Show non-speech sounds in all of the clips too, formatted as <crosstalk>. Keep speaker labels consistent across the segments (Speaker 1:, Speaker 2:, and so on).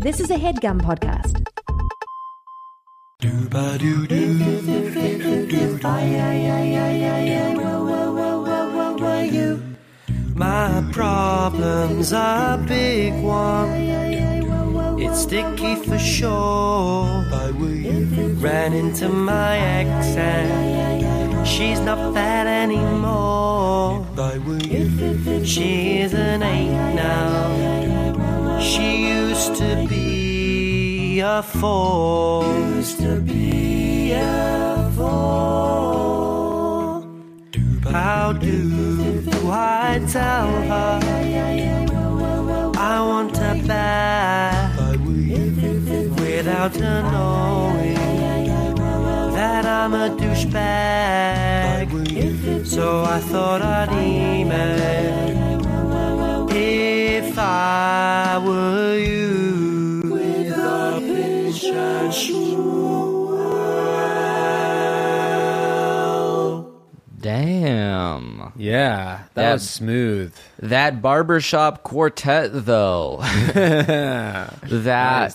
Speaker 1: This is a headgum podcast.
Speaker 2: My problem's a big one. It's sticky for sure. Ran into my ex and she's not fat anymore. She is an eight now. She used to be a four. Used to be a four. How do I tell her I want her back without her knowing that I'm a douchebag? So I thought I'd email if I were you with a pinch
Speaker 3: Damn.
Speaker 4: Yeah, that,
Speaker 3: That-
Speaker 4: was smooth.
Speaker 3: That barbershop quartet though. <laughs> that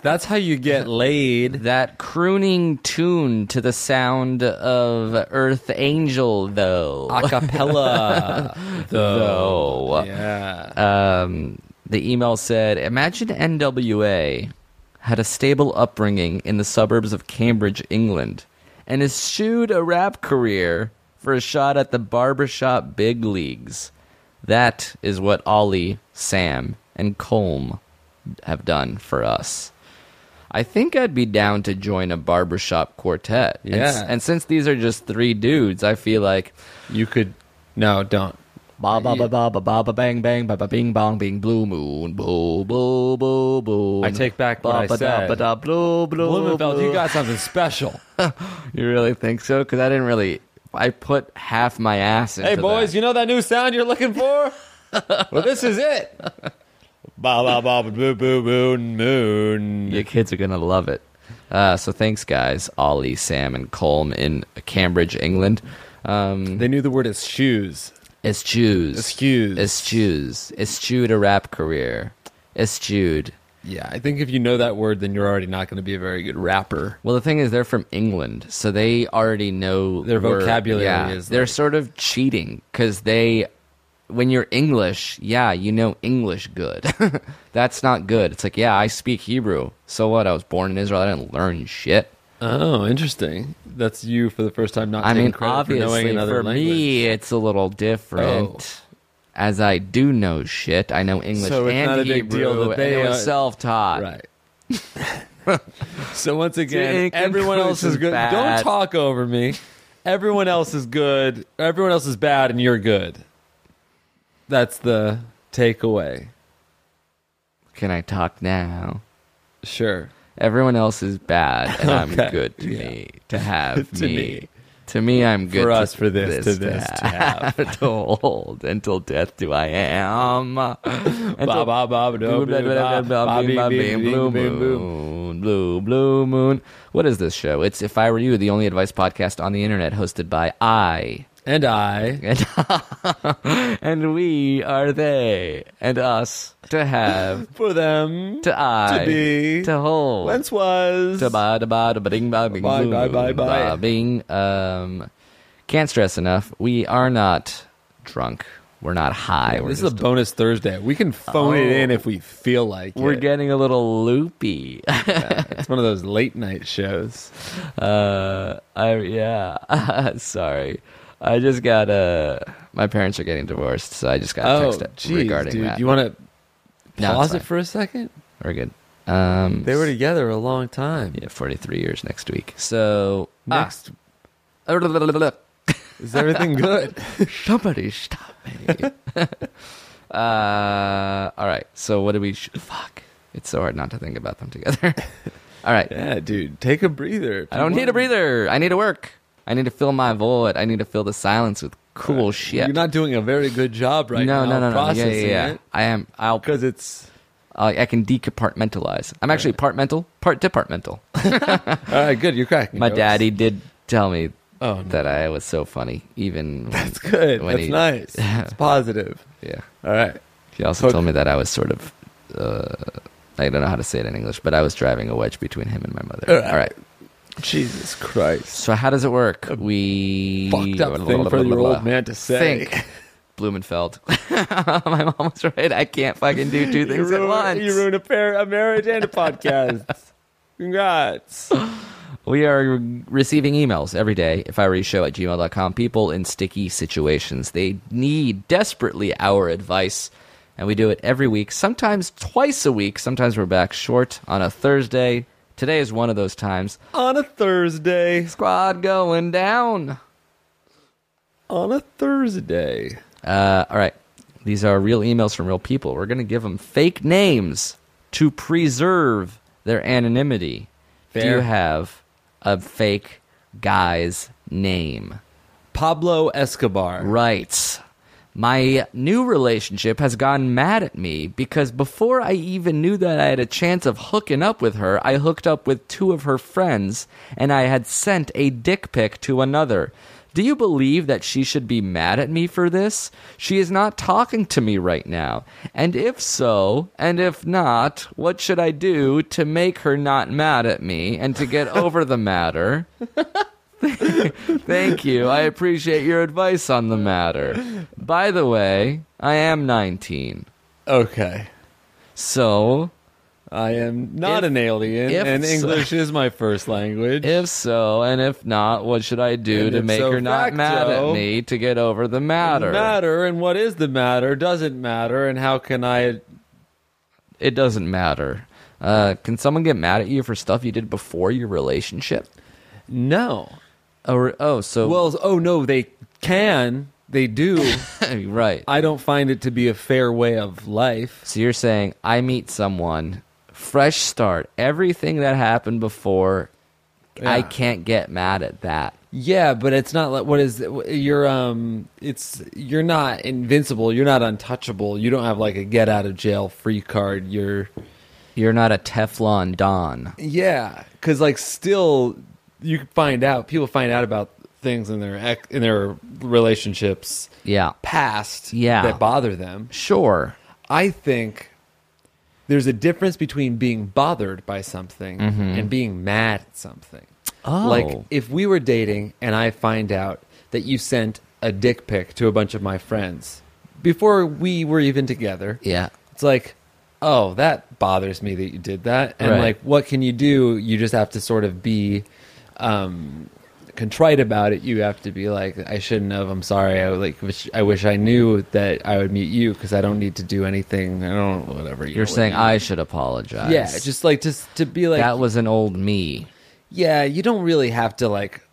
Speaker 4: That's how you <laughs> get laid.
Speaker 3: that crooning tune to the sound of Earth Angel though. <laughs>
Speaker 4: Acapella,
Speaker 3: though.
Speaker 4: Yeah.
Speaker 3: Um, the email said, "Imagine NWA had a stable upbringing in the suburbs of Cambridge, England, and eschewed a rap career for a shot at the barbershop big leagues. That is what Ollie, Sam, and Colm have done for us." I think I'd be down to join a barbershop quartet. And s-
Speaker 4: Yeah.
Speaker 3: And, since these are just three dudes, I feel like
Speaker 4: You could. No, don't.
Speaker 3: Ba ba ba ba ba ba ba bang bang ba ba bing bong bing blue moon boo boo boo boo.
Speaker 4: I take back what
Speaker 3: ba
Speaker 4: I
Speaker 3: ba da
Speaker 4: said.
Speaker 3: ba da blue blue.
Speaker 4: Blumenfeld, you
Speaker 3: blue.
Speaker 4: got something special.
Speaker 3: You really think so? Because I didn't really. I put half my ass into
Speaker 4: hey, boys,
Speaker 3: that.
Speaker 4: you know that new sound you're looking <laughs> for? well, this is it. Ba ba ba boo boo moon moon.
Speaker 3: Your kids are gonna love it. Uh, so thanks, guys. Ollie, Sam, and Colm in Cambridge, England. Um,
Speaker 4: They knew the word is shoes.
Speaker 3: eschews,
Speaker 4: Eschews.
Speaker 3: eschews, eschewed a rap career, eschewed.
Speaker 4: Yeah, I think if you know that word, then you're already not going to be a very good rapper.
Speaker 3: Well, the thing is, they're from England, so they already know
Speaker 4: Their
Speaker 3: word-
Speaker 4: vocabulary
Speaker 3: yeah,
Speaker 4: is,
Speaker 3: They're
Speaker 4: like-
Speaker 3: sort of cheating because they, when you're English, yeah, you know English good. <laughs> That's not good. It's like, yeah, I speak Hebrew. So what? I was born in Israel. I didn't learn shit.
Speaker 4: Oh, interesting. That's you for the first time not
Speaker 3: I
Speaker 4: taking
Speaker 3: mean,
Speaker 4: credit for knowing
Speaker 3: obviously, for,
Speaker 4: another language. Oh.
Speaker 3: me, it's a little different. As I do know shit, I know English
Speaker 4: So it's
Speaker 3: and
Speaker 4: not a
Speaker 3: Hebrew.
Speaker 4: big deal that
Speaker 3: and
Speaker 4: they
Speaker 3: it was
Speaker 4: are-
Speaker 3: self-taught.
Speaker 4: Right.
Speaker 3: <laughs>
Speaker 4: so once
Speaker 3: Dude,
Speaker 4: again,
Speaker 3: English
Speaker 4: everyone else is
Speaker 3: is
Speaker 4: good.
Speaker 3: bad.
Speaker 4: Don't talk over me. Everyone else is good. Everyone else is bad, and you're good. That's the takeaway.
Speaker 3: Can I talk now?
Speaker 4: Sure.
Speaker 3: Everyone else is bad, and I'm
Speaker 4: Okay.
Speaker 3: good to
Speaker 4: Yeah.
Speaker 3: me to have
Speaker 4: To
Speaker 3: me.
Speaker 4: me.
Speaker 3: To me, I'm good
Speaker 4: for
Speaker 3: to
Speaker 4: us, for this, to this, to have.
Speaker 3: have, to hold until death do I am.
Speaker 4: Ba, ba, ba, ba, do,
Speaker 3: Blue, blah,
Speaker 4: ba,
Speaker 3: blah, blah,
Speaker 4: ba,
Speaker 3: blah,
Speaker 4: ba, bing, bing,
Speaker 3: bing, blah, bing, blue
Speaker 4: bing, bing, boom.
Speaker 3: moon, blue, blue moon. What is this show? It's If I Were You, the only advice podcast on the internet, hosted by I
Speaker 4: And I.
Speaker 3: and and we are they and us to have
Speaker 4: For them.
Speaker 3: to I
Speaker 4: be.
Speaker 3: to hold
Speaker 4: Whence was.
Speaker 3: Da ba da ba da ba ding ba bing
Speaker 4: Bye,
Speaker 3: boom,
Speaker 4: bye, bye, bye.
Speaker 3: ba bing. Um, can't stress enough. We are not drunk. We're not high. we're
Speaker 4: This is a
Speaker 3: just-
Speaker 4: bonus Thursday. We can phone it in if we feel like
Speaker 3: Oh. we're
Speaker 4: it.
Speaker 3: getting a little <laughs> loopy.
Speaker 4: it's one of those late night shows.
Speaker 3: uh, I yeah. <laughs> Sorry, I just got uh My parents are getting divorced, so I just got a
Speaker 4: Oh,
Speaker 3: text
Speaker 4: geez,
Speaker 3: regarding
Speaker 4: dude,
Speaker 3: that.
Speaker 4: you want to
Speaker 3: No, it's
Speaker 4: pause
Speaker 3: fine.
Speaker 4: it for a second?
Speaker 3: we're good. Um,
Speaker 4: They were together a long time.
Speaker 3: yeah, forty-three years next week. So ah.
Speaker 4: Next, is
Speaker 3: <laughs>
Speaker 4: everything good?
Speaker 3: Somebody stop me. <laughs> uh, all right. So what do we? Sh- fuck. It's so hard not to think about them together. <laughs> all right.
Speaker 4: yeah, dude, take a breather.
Speaker 3: I don't need a
Speaker 4: breather.
Speaker 3: breather. I need to work. I need to fill my void. I need to fill the silence with cool shit.
Speaker 4: You're not doing a very good job right
Speaker 3: no,
Speaker 4: now.
Speaker 3: no, no, no. Yeah,
Speaker 4: processing
Speaker 3: yeah, yeah.
Speaker 4: it
Speaker 3: I am. I'll.
Speaker 4: because it's.
Speaker 3: I, I can decompartmentalize. I'm actually partmental, part departmental.
Speaker 4: All right, good. You're cracking.
Speaker 3: My
Speaker 4: jokes.
Speaker 3: daddy did tell me
Speaker 4: Oh, no.
Speaker 3: <laughs> that I was so funny, even
Speaker 4: <laughs>
Speaker 3: when-
Speaker 4: That's good.
Speaker 3: when
Speaker 4: That's
Speaker 3: he- <laughs>
Speaker 4: nice. It's positive.
Speaker 3: Yeah.
Speaker 4: All right.
Speaker 3: He also
Speaker 4: Hook.
Speaker 3: told me that I was sort of uh, I don't know how to say it in English, but I was driving a wedge between him and my mother. All right.
Speaker 4: Jesus Christ.
Speaker 3: So how does it work? We
Speaker 4: Fucked up thing for your old man to say.
Speaker 3: Think. Blumenfeld. <laughs> my mom was right. I can't fucking do two
Speaker 4: You
Speaker 3: things at
Speaker 4: ruin,
Speaker 3: once.
Speaker 4: you ruin a, pair, a marriage
Speaker 3: <laughs>
Speaker 4: and a podcast. Congrats.
Speaker 3: We are receiving emails every day, if I were you show at gmail.com, people in sticky situations. They need desperately our advice, and we do it every week, sometimes twice a week. Sometimes we're back short on a Thursday. Today is one of those times.
Speaker 4: On a Thursday.
Speaker 3: Squad going down.
Speaker 4: On a Thursday.
Speaker 3: Uh, all right. These are real emails from real people. We're going to give them fake names to preserve their anonymity. Do
Speaker 4: Fair.
Speaker 3: you have a fake guy's name?
Speaker 4: Pablo Escobar.
Speaker 3: Right. My new relationship has gotten mad at me because before I even knew that I had a chance of hooking up with her, I hooked up with two of her friends and I had sent a dick pic to another. Do you believe that she should be mad at me for this? She is not talking to me right now. And if so, and if not, what should I do to make her not mad at me and to get over the matter? Thank you. I appreciate your advice on the matter. By the way, I am 19.
Speaker 4: Okay.
Speaker 3: So,
Speaker 4: I am not
Speaker 3: If-
Speaker 4: an alien,
Speaker 3: if
Speaker 4: and
Speaker 3: so-
Speaker 4: English is my first language.
Speaker 3: if so, and if not, what should I do
Speaker 4: And
Speaker 3: to
Speaker 4: if
Speaker 3: make
Speaker 4: so
Speaker 3: her not mad at
Speaker 4: facto-
Speaker 3: me to get over the matter?
Speaker 4: matter and what is the matter doesn't matter and how can i
Speaker 3: It doesn't matter. Uh, can someone get mad at you for stuff you did before your relationship?
Speaker 4: no
Speaker 3: Or, oh, so.
Speaker 4: well oh no they can they do
Speaker 3: <laughs> right.
Speaker 4: i don't find it to be a fair way of life
Speaker 3: So you're saying I meet someone, fresh start, everything that happened before, I
Speaker 4: Yeah.
Speaker 3: can't get mad at that.
Speaker 4: yeah but it's not like what is you're um it's you're not invincible you're not untouchable you don't have like a get out of jail free card you're
Speaker 3: You're not a Teflon Don.
Speaker 4: Yeah, because like still, you could find out people find out about things in their ex- in their relationships
Speaker 3: Yeah.
Speaker 4: past
Speaker 3: Yeah.
Speaker 4: that bother them.
Speaker 3: Sure.
Speaker 4: I think there's a difference between being bothered by something and being mad at something.
Speaker 3: Mm-hmm. Oh.
Speaker 4: Like if we were dating and I find out that you sent a dick pic to a bunch of my friends before we were even together
Speaker 3: Yeah.
Speaker 4: it's like oh that bothers me that you did that and
Speaker 3: Right.
Speaker 4: like what can you do you just have to sort of be um contrite about it you have to be like i shouldn't have i'm sorry i like wish i wish i knew that i would meet you because i don't need to do anything i don't whatever you
Speaker 3: You're
Speaker 4: know,
Speaker 3: saying
Speaker 4: what
Speaker 3: I should apologize.
Speaker 4: you- yeah just like just to be like
Speaker 3: that was an old me.
Speaker 4: yeah you don't really have to like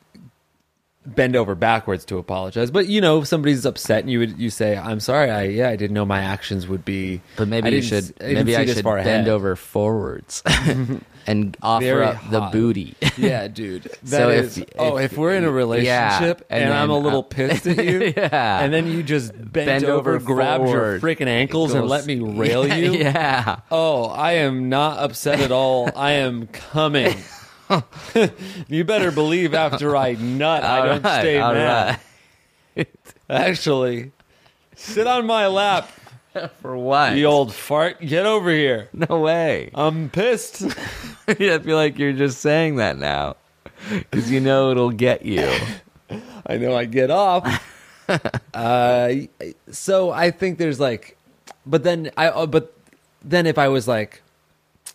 Speaker 4: bend over backwards to apologize but you know if somebody's upset and you would you say i'm sorry i yeah i didn't know my actions would be
Speaker 3: But
Speaker 4: I
Speaker 3: maybe you
Speaker 4: didn't
Speaker 3: should
Speaker 4: s- I didn't
Speaker 3: maybe
Speaker 4: see
Speaker 3: I
Speaker 4: this
Speaker 3: should
Speaker 4: far
Speaker 3: bend
Speaker 4: ahead." <laughs>
Speaker 3: over forwards and offer
Speaker 4: Very
Speaker 3: up the
Speaker 4: hot.
Speaker 3: booty.
Speaker 4: yeah, dude. <laughs> That is.
Speaker 3: So if-
Speaker 4: oh,
Speaker 3: if-
Speaker 4: if we're in a relationship
Speaker 3: and
Speaker 4: and, I'm
Speaker 3: then,
Speaker 4: a little
Speaker 3: uh,
Speaker 4: pissed <laughs> at you,
Speaker 3: Yeah.
Speaker 4: and then you <laughs> just bend,
Speaker 3: Bend
Speaker 4: over,
Speaker 3: over
Speaker 4: grab your
Speaker 3: forward.
Speaker 4: freaking ankles <laughs> and let me rail
Speaker 3: Yeah,
Speaker 4: you.
Speaker 3: <laughs> Yeah.
Speaker 4: Oh, I am not upset at all. I am <laughs> coming. you better believe after I nut, I don't
Speaker 3: All right,
Speaker 4: stay
Speaker 3: all
Speaker 4: mad. Actually, sit on my lap,
Speaker 3: right. For what?
Speaker 4: you old fart. Get over here.
Speaker 3: no way. <laughs>
Speaker 4: I'm pissed.
Speaker 3: I feel like you're just saying that now because you know it'll
Speaker 4: <laughs>
Speaker 3: get you.
Speaker 4: I know I get
Speaker 3: <laughs>
Speaker 4: off. uh, so I think there's like, but then I, uh, but then if I was like,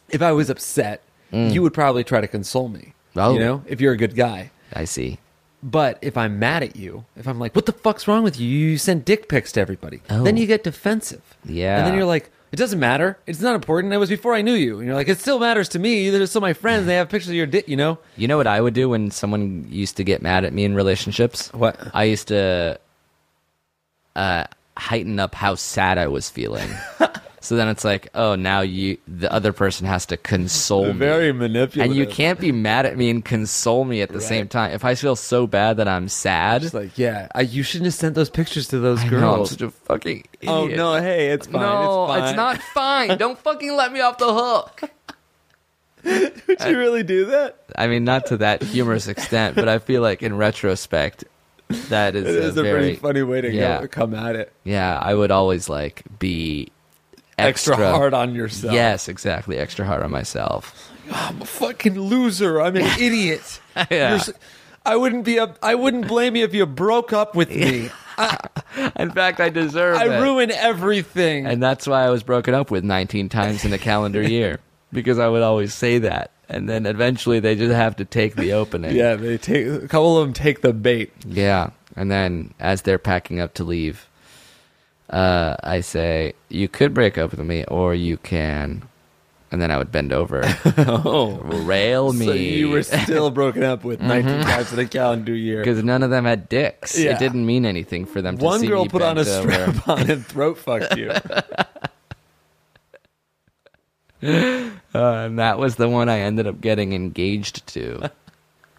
Speaker 4: if I was upset, you would probably try to console me.
Speaker 3: Mm. Oh.
Speaker 4: You know, if you're a good guy.
Speaker 3: I see.
Speaker 4: But if I'm mad at you, if I'm like, what the fuck's wrong with you? You send dick pics to everybody.
Speaker 3: Oh.
Speaker 4: Then you get defensive.
Speaker 3: Yeah.
Speaker 4: And then you're like, it doesn't matter. It's not important. It was before I knew you. And you're like, it still matters to me. They're still my friends. They have pictures of your dick, you know?
Speaker 3: You know what I would do when someone used to get mad at me in relationships?
Speaker 4: What?
Speaker 3: I used to uh, heighten up how sad I was <laughs> feeling. so then it's like, oh, now you, the other person has to console me.
Speaker 4: manipulative.
Speaker 3: and you can't be mad at me and console me at the same time. If I feel so bad that I'm sad,
Speaker 4: It's like, yeah, I, you shouldn't have sent those pictures to those
Speaker 3: I know, I'm
Speaker 4: girls.
Speaker 3: such a fucking idiot.
Speaker 4: oh no, hey, it's fine.
Speaker 3: no,
Speaker 4: it's, fine.
Speaker 3: not <laughs> fine. Don't fucking let me off the hook.
Speaker 4: <laughs> Did you really do that?
Speaker 3: I mean, not to that humorous extent, but I feel like in retrospect, that is,
Speaker 4: It is a
Speaker 3: very
Speaker 4: pretty funny way to
Speaker 3: yeah.
Speaker 4: go, come at it.
Speaker 3: Yeah, I would always like be
Speaker 4: extra, hard on yourself.
Speaker 3: Yes, exactly. Extra hard
Speaker 4: <laughs>
Speaker 3: on myself.
Speaker 4: I'm a fucking loser. I'm
Speaker 3: <laughs>
Speaker 4: an idiot.
Speaker 3: Yeah.
Speaker 4: You're s- I wouldn't be up. I wouldn't blame you if you broke up with
Speaker 3: <laughs>
Speaker 4: me.
Speaker 3: In fact, I deserve
Speaker 4: I
Speaker 3: it.
Speaker 4: ruin everything.
Speaker 3: And that's why I was broken up with 19 times in a
Speaker 4: <laughs>
Speaker 3: calendar year because I would always say that. And then eventually they just have to take the opening.
Speaker 4: yeah, they take a couple of them take the bait.
Speaker 3: Yeah. And then as they're packing up to leave, uh, I say, You could break up with me or you can. And then I would bend
Speaker 4: <laughs>
Speaker 3: over.
Speaker 4: Oh,
Speaker 3: Rail
Speaker 4: <laughs>
Speaker 3: me. Mm-hmm.
Speaker 4: so you were
Speaker 3: <laughs>
Speaker 4: still broken up with 19 times in a calendar year.
Speaker 3: because none of them had dicks.
Speaker 4: Yeah.
Speaker 3: It didn't mean anything for them to
Speaker 4: One
Speaker 3: see
Speaker 4: girl
Speaker 3: me
Speaker 4: put on a
Speaker 3: bent over.
Speaker 4: strap <laughs> on and throat fucked
Speaker 3: <laughs>
Speaker 4: you.
Speaker 3: Uh, and <laughs> that was the one I ended up getting engaged to.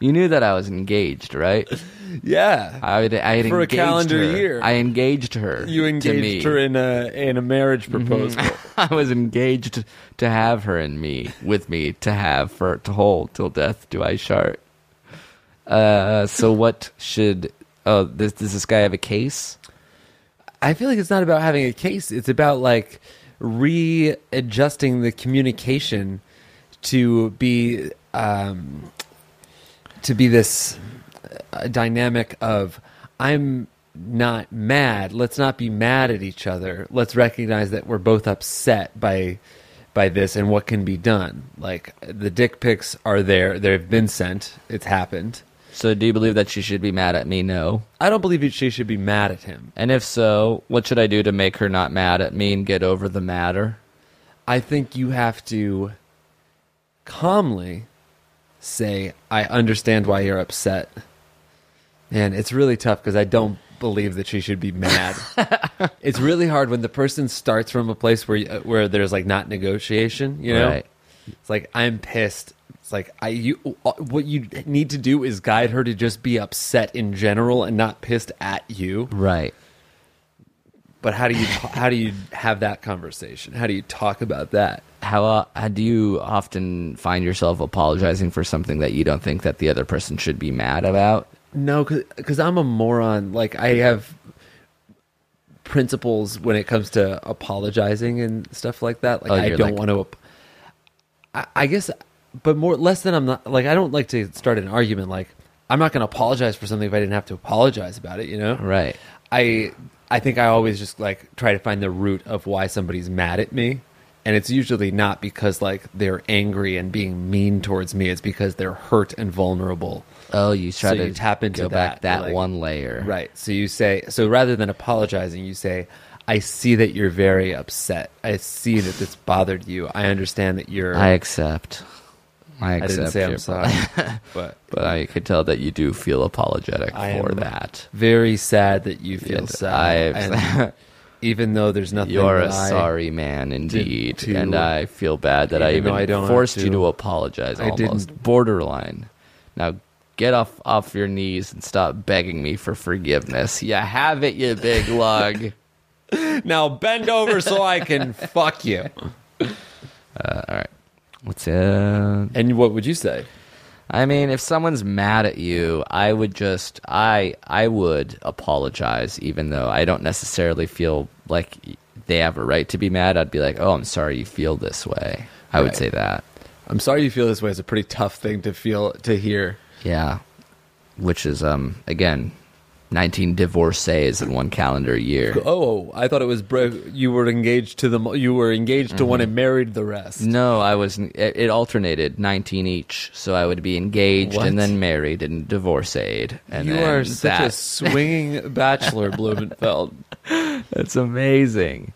Speaker 3: you knew that I was engaged, right?
Speaker 4: yeah,
Speaker 3: I had, I had
Speaker 4: For a
Speaker 3: engaged
Speaker 4: calendar
Speaker 3: her.
Speaker 4: year.
Speaker 3: I engaged her.
Speaker 4: you
Speaker 3: to
Speaker 4: engaged
Speaker 3: me. Mm-hmm.
Speaker 4: her in a in a marriage proposal.
Speaker 3: <laughs> I was engaged to have her and me with me to have for to hold till death do I shart. Uh, so what should? Oh, does, does this guy have a case?
Speaker 4: I feel like it's not about having a case. It's about like readjusting the communication to be um, to be this uh, dynamic of I'm not mad. Let's not be mad at each other. Let's recognize that we're both upset by by this and what can be done. Like the dick pics are there. They've been sent. It's happened.
Speaker 3: So do you believe that she should be mad at me? No.
Speaker 4: I don't believe she should be mad at him.
Speaker 3: And if so, what should I do to make her not mad at me and get over the matter?
Speaker 4: I think you have to calmly say, I understand why you're upset. And it's really tough because I don't believe that she should be mad. it's really hard when the person starts from a place where you- where there's like not negotiation, you know?
Speaker 3: Right.
Speaker 4: It's like I'm pissed. It's like I you uh, what you need to do is guide her to just be upset in general and not pissed at you.
Speaker 3: Right.
Speaker 4: But how do you how do you have that conversation? How do you talk about that?
Speaker 3: How, uh, how do you often find yourself apologizing for something that you don't think that the other person should be mad about?
Speaker 4: No, because I'm a moron. Like I have principles when it comes to apologizing and stuff like that. Like
Speaker 3: Oh,
Speaker 4: I
Speaker 3: you're
Speaker 4: don't want
Speaker 3: like-
Speaker 4: to. Ap- I, I guess, but more less than I'm not. Like I don't like to start an argument. Like I'm not going to apologize for something if I didn't have to apologize about it. You know,
Speaker 3: Right.
Speaker 4: I I think I always just like try to find the root of why somebody's mad at me. And it's usually not because like they're angry and being mean towards me. It's because they're hurt and vulnerable.
Speaker 3: Oh, you try
Speaker 4: So
Speaker 3: to
Speaker 4: you tap into
Speaker 3: go back
Speaker 4: that,
Speaker 3: that
Speaker 4: like-
Speaker 3: one layer.
Speaker 4: Right. So you say so rather than apologizing, you say, "I see that you're very upset. I see that this bothered you. I understand that you're."
Speaker 3: I accept. I
Speaker 4: I
Speaker 3: accept.
Speaker 4: didn't say
Speaker 3: your-
Speaker 4: I'm sorry, <laughs> but
Speaker 3: But I could tell that you do feel apologetic
Speaker 4: I
Speaker 3: for
Speaker 4: am-
Speaker 3: that.
Speaker 4: very sad that you feel
Speaker 3: And
Speaker 4: sad.
Speaker 3: I've-
Speaker 4: and <laughs> even though there's nothing,
Speaker 3: You're a
Speaker 4: that I-
Speaker 3: sorry man indeed,
Speaker 4: to-
Speaker 3: and I feel bad that I
Speaker 4: even though
Speaker 3: even
Speaker 4: I don't have
Speaker 3: forced you
Speaker 4: to.
Speaker 3: to apologize.
Speaker 4: I
Speaker 3: almost
Speaker 4: didn't.
Speaker 3: borderline. Now get off off your knees and stop begging me for forgiveness. You have it, you big
Speaker 4: <laughs>
Speaker 3: lug.
Speaker 4: <laughs> Now bend over so I can fuck you.
Speaker 3: What's uh?
Speaker 4: <laughs> And what would you say?
Speaker 3: I mean, if someone's mad at you, I would just I I would apologize, even though I don't necessarily feel like they have a right to be mad. I'd be like, "Oh, I'm sorry you feel this way." I would
Speaker 4: Right.
Speaker 3: say that.
Speaker 4: I'm sorry you feel this way. It's a pretty tough thing to feel to hear.
Speaker 3: Yeah, which is um again, 19 divorcees in one calendar year.
Speaker 4: Oh, I thought it was bro- you were engaged to the mo- you were engaged to one and married the rest.
Speaker 3: No, I was. It, it alternated, 19 each. So I would be engaged
Speaker 4: What?
Speaker 3: and then married and divorceed. And
Speaker 4: you
Speaker 3: then
Speaker 4: are such a
Speaker 3: that. <laughs>
Speaker 4: swinging bachelor, Blumenfeld.
Speaker 3: That's amazing.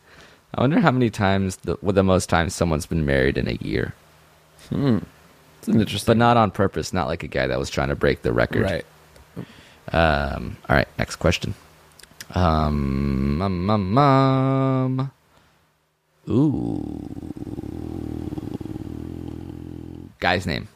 Speaker 3: I wonder how many times the well, the most times someone's been married in a year,
Speaker 4: It's an interesting,
Speaker 3: but not on purpose. Not like a guy that was trying to break the record.
Speaker 4: right?
Speaker 3: Um, all right. Next question. Um. Um. Um. um. Ooh. Guy's name.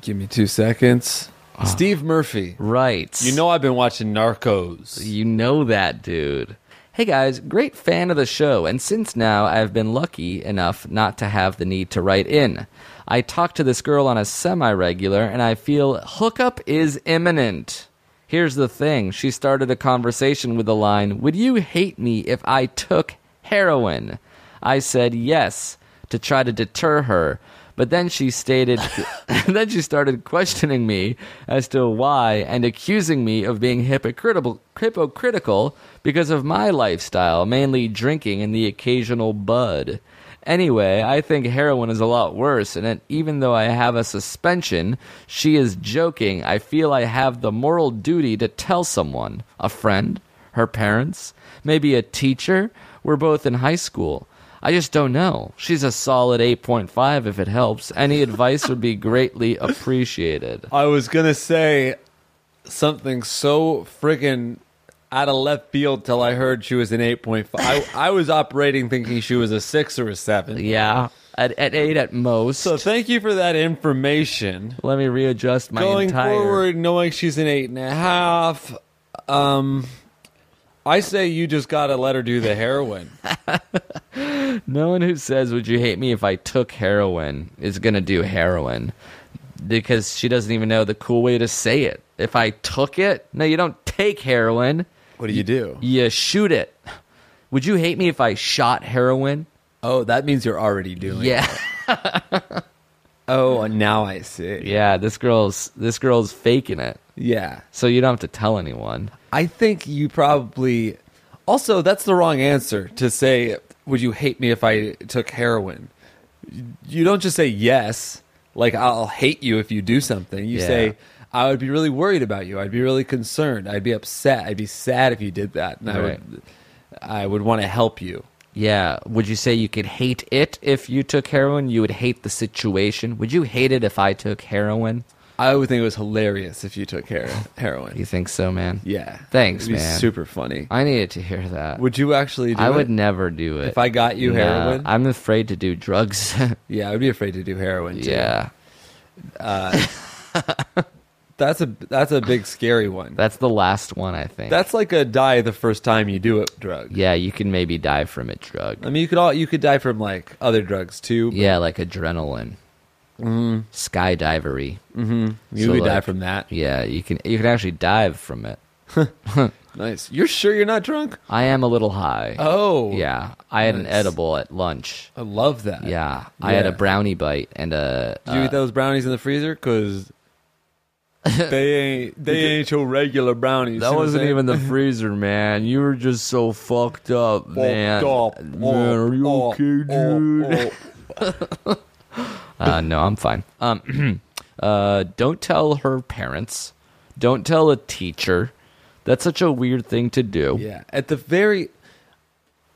Speaker 4: Give me two seconds.
Speaker 3: Ah.
Speaker 4: Steve Murphy.
Speaker 3: Right.
Speaker 4: You know I've been watching Narcos.
Speaker 3: You know that, dude. Hey guys, great fan of the show, and since now I've been lucky enough not to have the need to write in. I talk to this girl on a semi regular, and I feel hookup is imminent. Here's the thing she started a conversation with the line, Would you hate me if I took heroin? I said yes to try to deter her. But then she stated, <laughs> then she started questioning me as to why and accusing me of being hypocritical, hypocritical because of my lifestyle, mainly drinking and the occasional bud. Anyway, I think heroin is a lot worse, and that even though I have a suspension, she is joking. I feel I have the moral duty to tell someone a friend, her parents, maybe a teacher. We're both in high school. I just don't know. She's a solid 8.5 if it helps. Any advice would be greatly appreciated.
Speaker 4: I was gonna say something so friggin' out of left field till I heard she was an eight point five. I, I was operating thinking she was a six or a seven.
Speaker 3: Yeah, at, at 8 at most.
Speaker 4: So thank you for that information.
Speaker 3: Let me readjust my
Speaker 4: Going
Speaker 3: entire.
Speaker 4: forward, knowing she's an eight and a half, um, I say you just gotta let her do the heroin.
Speaker 3: No one who says, Would you hate me if I took heroin is going to do heroin because she doesn't even know the cool way to say it. If I took it, no, you don't take heroin,
Speaker 4: what do you do?
Speaker 3: you shoot it. Would you hate me if I shot heroin?
Speaker 4: Oh, that means you're already doing. it.
Speaker 3: Yeah.
Speaker 4: Oh, and now I see.
Speaker 3: Yeah, this girl's this girl's faking it.
Speaker 4: Yeah.
Speaker 3: So you don't have to tell anyone.
Speaker 4: I think you probably. Also, that's the wrong answer to say, would you hate me if I took heroin? You don't just say yes, like, I'll hate you if you do something. You
Speaker 3: Yeah.
Speaker 4: say, I would be really worried about you. I'd be really concerned. I'd be upset. I'd be sad if you did that. And I would, I would want to help you.
Speaker 3: Yeah. Would you say you could hate it if you took heroin? You would hate the situation. Would you hate it if I took heroin?
Speaker 4: I would think it was hilarious if you took
Speaker 3: <laughs>
Speaker 4: hero- heroin.
Speaker 3: You think so, man?
Speaker 4: Yeah.
Speaker 3: Thanks,
Speaker 4: It'd be
Speaker 3: man.
Speaker 4: Super funny.
Speaker 3: I needed to hear that.
Speaker 4: Would you actually do
Speaker 3: I
Speaker 4: it?
Speaker 3: would never do it.
Speaker 4: If I got you
Speaker 3: Nah,
Speaker 4: heroin?
Speaker 3: I'm afraid to do drugs. <laughs>
Speaker 4: Yeah, I would be afraid to do heroin. Too.
Speaker 3: yeah.
Speaker 4: That's a that's a big scary one.
Speaker 3: That's the last one, I think.
Speaker 4: That's like a die the first time you do it drug.
Speaker 3: yeah, you can maybe die from it drug.
Speaker 4: I mean, you could all you could die from like other drugs too. but
Speaker 3: yeah, like adrenaline.
Speaker 4: Mm-hmm.
Speaker 3: Mm. Skydivery.
Speaker 4: you
Speaker 3: so,
Speaker 4: could die
Speaker 3: like-
Speaker 4: from that.
Speaker 3: Yeah, you can you can actually dive from it.
Speaker 4: Nice. You're sure you're not drunk?
Speaker 3: I am a little high.
Speaker 4: Oh,
Speaker 3: Yeah, I had an
Speaker 4: Nice.
Speaker 3: edible at lunch.
Speaker 4: I love that.
Speaker 3: Yeah, I had a
Speaker 4: Yeah.
Speaker 3: brownie bite and a.
Speaker 4: Did you
Speaker 3: uh,
Speaker 4: eat those brownies in the freezer?
Speaker 3: <laughs>
Speaker 4: Cause they ain't they ain't your regular brownies.
Speaker 3: that
Speaker 4: you know what I'm
Speaker 3: wasn't
Speaker 4: saying? <laughs>
Speaker 3: even the freezer, man. You were just so fucked up, man.
Speaker 4: Fucked up.
Speaker 3: Man, are you
Speaker 4: Oh,
Speaker 3: okay, dude?
Speaker 4: oh, oh, oh.
Speaker 3: Uh, no, I'm fine. Um, <clears throat> uh, don't tell her parents. Don't tell a teacher. That's such a weird thing to do.
Speaker 4: Yeah. At the very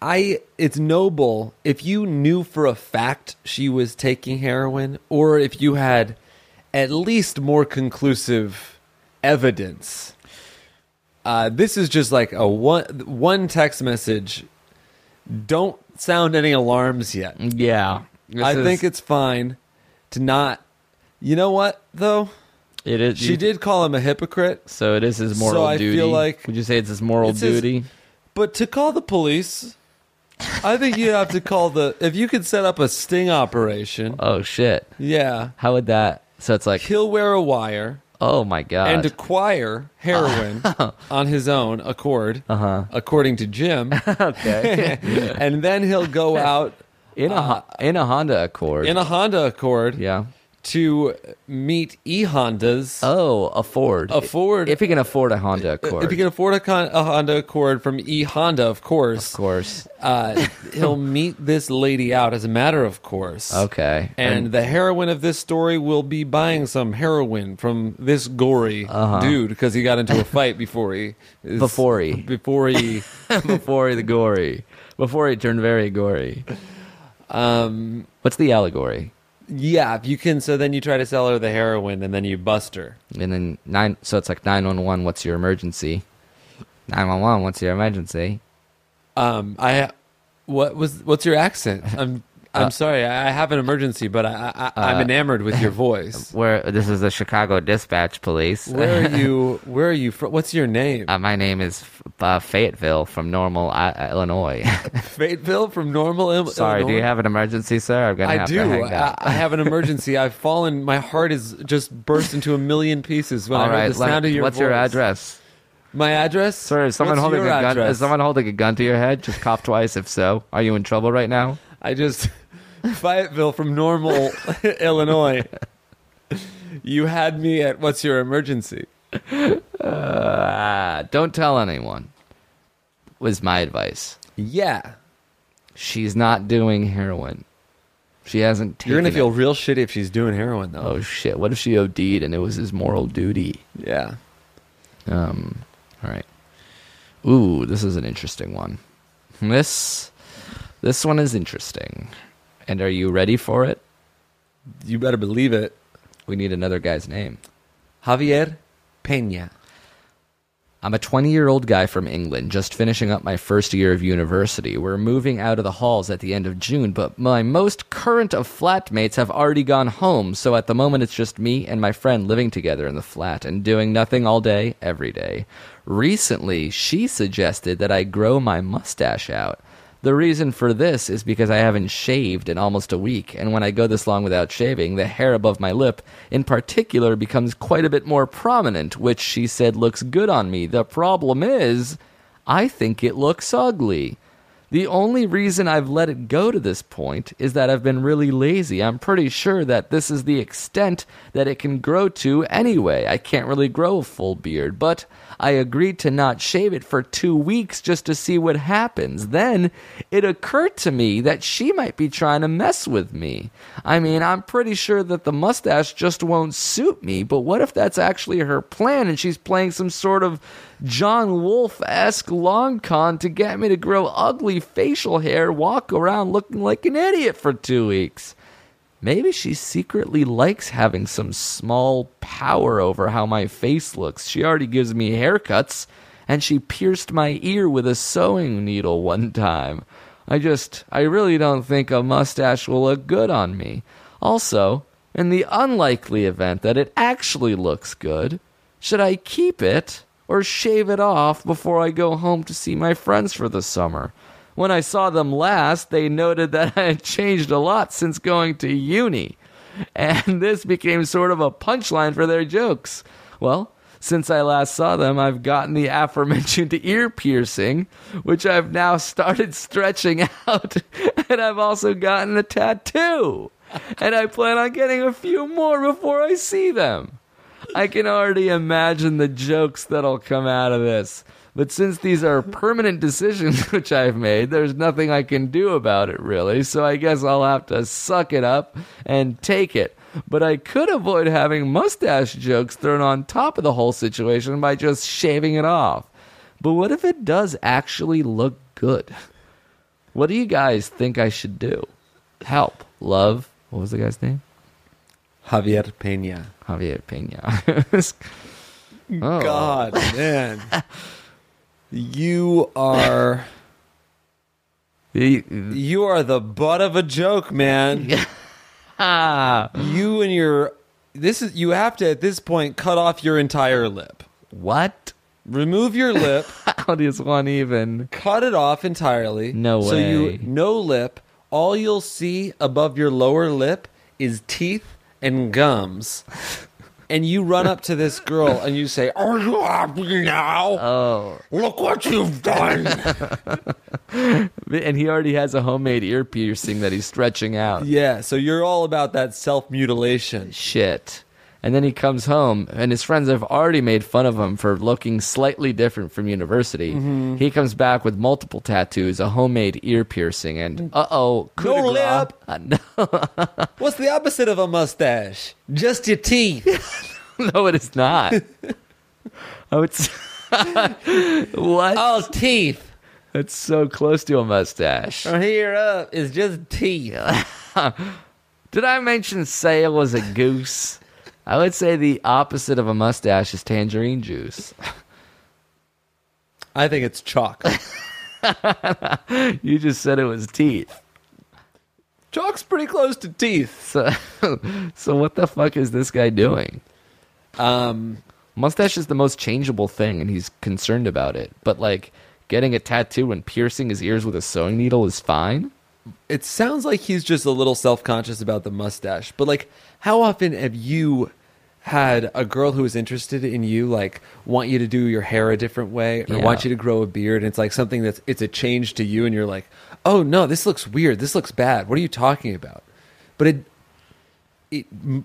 Speaker 4: I it's noble if you knew for a fact she was taking heroin or if you had at least more conclusive evidence. Uh, this is just like a one one text message. Don't sound any alarms yet.
Speaker 3: Yeah. This
Speaker 4: I
Speaker 3: is-
Speaker 4: think it's fine to not. You know what though?
Speaker 3: it is.
Speaker 4: She did call him a hypocrite.
Speaker 3: So it is his moral
Speaker 4: So I feel
Speaker 3: duty.
Speaker 4: like-
Speaker 3: Would you say it's his moral
Speaker 4: It's his-
Speaker 3: duty?
Speaker 4: But to call the police, I think you have to call the. If you could set up a sting operation,
Speaker 3: Oh shit!
Speaker 4: yeah,
Speaker 3: How would that? So it's like,
Speaker 4: he'll wear a wire
Speaker 3: oh my god.
Speaker 4: and acquire heroin on his own accord, uh-huh. according to Jim. okay, <laughs> and then he'll go out
Speaker 3: in a Hon- Uh, in a Honda Accord.
Speaker 4: in a Honda Accord
Speaker 3: yeah.
Speaker 4: to meet e Hondas.
Speaker 3: Oh, a Ford.
Speaker 4: A Ford-
Speaker 3: If he can afford a Honda Accord.
Speaker 4: If you can afford a, con- a Honda Accord from E Honda, of course,
Speaker 3: of course.
Speaker 4: Uh, he'll meet this lady out as a matter of course.
Speaker 3: <laughs> Okay.
Speaker 4: And the heroine of this story will be buying some heroin from this gory dude because he got into a fight before he is-
Speaker 3: Uh-huh. Before he.
Speaker 4: before he
Speaker 3: <laughs> before the gory. Before it turned very gory.
Speaker 4: um
Speaker 3: What's the allegory?
Speaker 4: yeah if you can so then you try to sell her the heroin and then you bust her
Speaker 3: And then nine. So it's like nine one one. What's your emergency? Nine one one. What's your emergency?
Speaker 4: um I what was what's your accent I'm I'm
Speaker 3: Uh,
Speaker 4: sorry I I have an emergency but I, I I'm enamored with
Speaker 3: <laughs>
Speaker 4: your voice
Speaker 3: Where this is the Chicago Dispatch Police.
Speaker 4: where are you where are you from what's your name
Speaker 3: Uh, my name is uh, Fayetteville from Normal, I- uh, Illinois. <laughs>
Speaker 4: Fayetteville from Normal Ill-
Speaker 3: Sorry, do you
Speaker 4: Illinois?
Speaker 3: have an emergency, sir? I'm gonna
Speaker 4: I
Speaker 3: have
Speaker 4: do.
Speaker 3: to hang
Speaker 4: I,
Speaker 3: up.
Speaker 4: I have
Speaker 3: <laughs>
Speaker 4: an emergency. I've fallen. My heart is just burst into a million pieces when
Speaker 3: All
Speaker 4: I heard
Speaker 3: right,
Speaker 4: the
Speaker 3: let-
Speaker 4: sound of your
Speaker 3: what's
Speaker 4: voice.
Speaker 3: your address?
Speaker 4: My address?
Speaker 3: Sir, is someone
Speaker 4: What's
Speaker 3: holding a
Speaker 4: your
Speaker 3: gun?
Speaker 4: address?
Speaker 3: Is someone holding a gun to your head? Just cough twice. If so, are you in trouble right now?
Speaker 4: I just <laughs> Fayetteville from Normal, <laughs> Illinois. <laughs> You had me at what's your emergency?
Speaker 3: Uh, don't tell anyone. Was my advice.
Speaker 4: Yeah,
Speaker 3: She's not doing heroin. She hasn't. Taken
Speaker 4: you're gonna
Speaker 3: it.
Speaker 4: feel real shitty if she's doing heroin though.
Speaker 3: Oh shit! What if she OD'd and it was his moral duty?
Speaker 4: yeah.
Speaker 3: Um, all right. Ooh, this is an interesting one. This this one is interesting. And are you ready for it?
Speaker 4: You better believe it.
Speaker 3: We need another guy's name.
Speaker 4: Javier Pena.
Speaker 3: I'm a 20 year old guy from England, just finishing up my first year of university. We're moving out of the halls at the end of June, but my most current of flatmates have already gone home, so at the moment it's just me and my friend living together in the flat and doing nothing all day, every day. Recently, she suggested that I grow my mustache out. The reason for this is because I haven't shaved in almost a week, and when I go this long without shaving, the hair above my lip in particular becomes quite a bit more prominent, which she said looks good on me. The problem is, I think it looks ugly. The only reason I've let it go to this point is that I've been really lazy. I'm pretty sure that this is the extent that it can grow to anyway. I can't really grow a full beard, but I agreed to not shave it for two weeks just to see what happens. Then it occurred to me that she might be trying to mess with me. I mean, I'm pretty sure that the mustache just won't suit me, but what if that's actually her plan and she's playing some sort of John Wolfe esque long con to get me to grow ugly facial hair, walk around looking like an idiot for two weeks. Maybe she secretly likes having some small power over how my face looks. She already gives me haircuts, and she pierced my ear with a sewing needle one time. I just, I really don't think a mustache will look good on me. Also, in the unlikely event that it actually looks good, should I keep it or shave it off before I go home to see my friends for the summer? When I saw them last, they noted that <laughs> I had changed a lot since going to uni. And <laughs> this became sort of a punchline for their jokes. Well, since I last saw them, I've gotten the <laughs> aforementioned ear piercing, which I've now started stretching <laughs> out, and I've also gotten a tattoo. And I plan on getting a few more before I see them. I can already imagine the jokes that'll come out of this. But since these are permanent decisions <laughs> which I've made, there's nothing I can do about it really. So I guess I'll have to suck it up and take it. But I could avoid having mustache jokes thrown on top of the whole situation by just shaving it off. But what if it does actually look good? What do you guys think I should do? Help. Love. What was the guy's name?
Speaker 4: Javier Pena.
Speaker 3: Javier Pena. <laughs> Oh.
Speaker 4: God,
Speaker 3: <laughs>
Speaker 4: man. You are
Speaker 3: The-
Speaker 4: you are the butt of a joke,
Speaker 3: <laughs>
Speaker 4: man.
Speaker 3: ah,
Speaker 4: You and your this is you have to at this point cut off your entire lip.
Speaker 3: what? <laughs>
Speaker 4: Remove your lip,
Speaker 3: How does one even?
Speaker 4: cut it off entirely.
Speaker 3: No
Speaker 4: So you
Speaker 3: way.
Speaker 4: no lip. All you'll see above your lower lip is teeth and gums. And you run up to this girl and you say, "Are you happy now?
Speaker 3: Oh,
Speaker 4: Look what you've done."
Speaker 3: <laughs> and he already has a homemade ear piercing that he's stretching out.
Speaker 4: Yeah, so you're all about that self mutilation.
Speaker 3: Shit. And then he comes home, and his friends have already made fun of him for looking slightly different from university.
Speaker 4: Mm-hmm.
Speaker 3: He comes back with multiple tattoos, a homemade ear piercing, and uh oh,
Speaker 4: No lip. What's the opposite of a mustache? Just your teeth.
Speaker 3: <laughs> No, it
Speaker 4: <laughs>
Speaker 3: is not. oh, it's <laughs> what?
Speaker 4: all teeth.
Speaker 3: That's so close to a mustache.
Speaker 4: From here up is just teeth.
Speaker 3: Did I mention Sale was a goose? I would say the opposite of a mustache is tangerine juice. <laughs>
Speaker 4: I think it's <laughs> chalk.
Speaker 3: You just said it was teeth.
Speaker 4: Chalk's pretty close to teeth.
Speaker 3: So, <laughs> so what the fuck is this guy doing?
Speaker 4: Um,
Speaker 3: Mustache is the most changeable thing, and he's concerned about it. But like, getting a tattoo and piercing his ears with a sewing needle is fine.
Speaker 4: it sounds like he's just a little self conscious about the mustache. But like, how often have you had a girl who was interested in you like want you to do your hair a different way or
Speaker 3: Yeah.
Speaker 4: want you to grow a beard and it's like something that's it's a change to you and you're like oh no this looks weird this looks bad what are you talking about but it it m-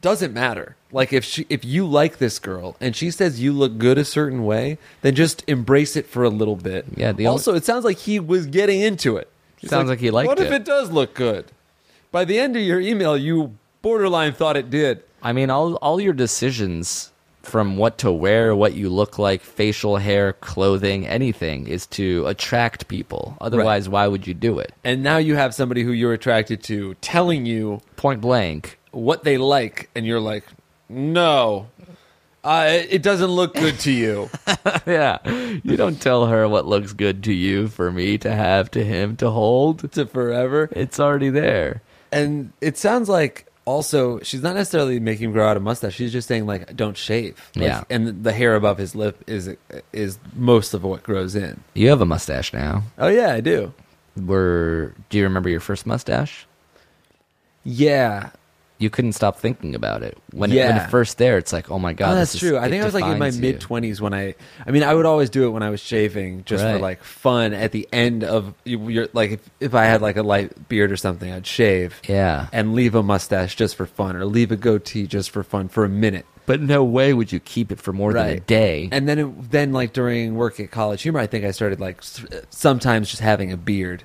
Speaker 4: doesn't matter like if she if you like this girl and she says you look good a certain way then just embrace it for a little bit
Speaker 3: Yeah, the only-
Speaker 4: also it sounds like he was getting into it He's
Speaker 3: Sounds like he liked
Speaker 4: what if
Speaker 3: it."
Speaker 4: it does look good by the end of your email you borderline thought it did
Speaker 3: I mean, all all your decisions from what to wear, what you look like, facial hair, clothing, anything is to attract people. Otherwise, why would you do it?
Speaker 4: and now you have somebody who you're attracted to telling you
Speaker 3: Point blank. <laughs>
Speaker 4: what they like and you're like no uh, it it doesn't look good to you <laughs>
Speaker 3: yeah. You don't tell her what looks good to you for me to have to him to hold.
Speaker 4: to forever
Speaker 3: It's already there.
Speaker 4: and it sounds like also she's not necessarily making him grow out a mustache she's just saying like don't shave Like,
Speaker 3: Yeah.
Speaker 4: and the hair above his lip is is most of what grows in
Speaker 3: You have a mustache now.
Speaker 4: oh yeah i do
Speaker 3: Were do you remember your first mustache?
Speaker 4: yeah
Speaker 3: You couldn't stop thinking about it when it, when
Speaker 4: Yeah.
Speaker 3: it first there. It's like, oh my god,
Speaker 4: Oh,
Speaker 3: this
Speaker 4: that's
Speaker 3: is-
Speaker 4: true. I
Speaker 3: it
Speaker 4: think I was like in my
Speaker 3: defines you.
Speaker 4: mid twenties when I. I mean, I would always do it when I was shaving, just for
Speaker 3: Right.
Speaker 4: like fun. At the end of you- your like, if, if I had like a light beard or something, I'd shave.
Speaker 3: Yeah.
Speaker 4: and leave a mustache just for fun, or leave a goatee just for fun for a minute.
Speaker 3: But no way would you keep it for more than a day.
Speaker 4: and then it, then like during work at College Humor, I think I started like s- sometimes just having a beard,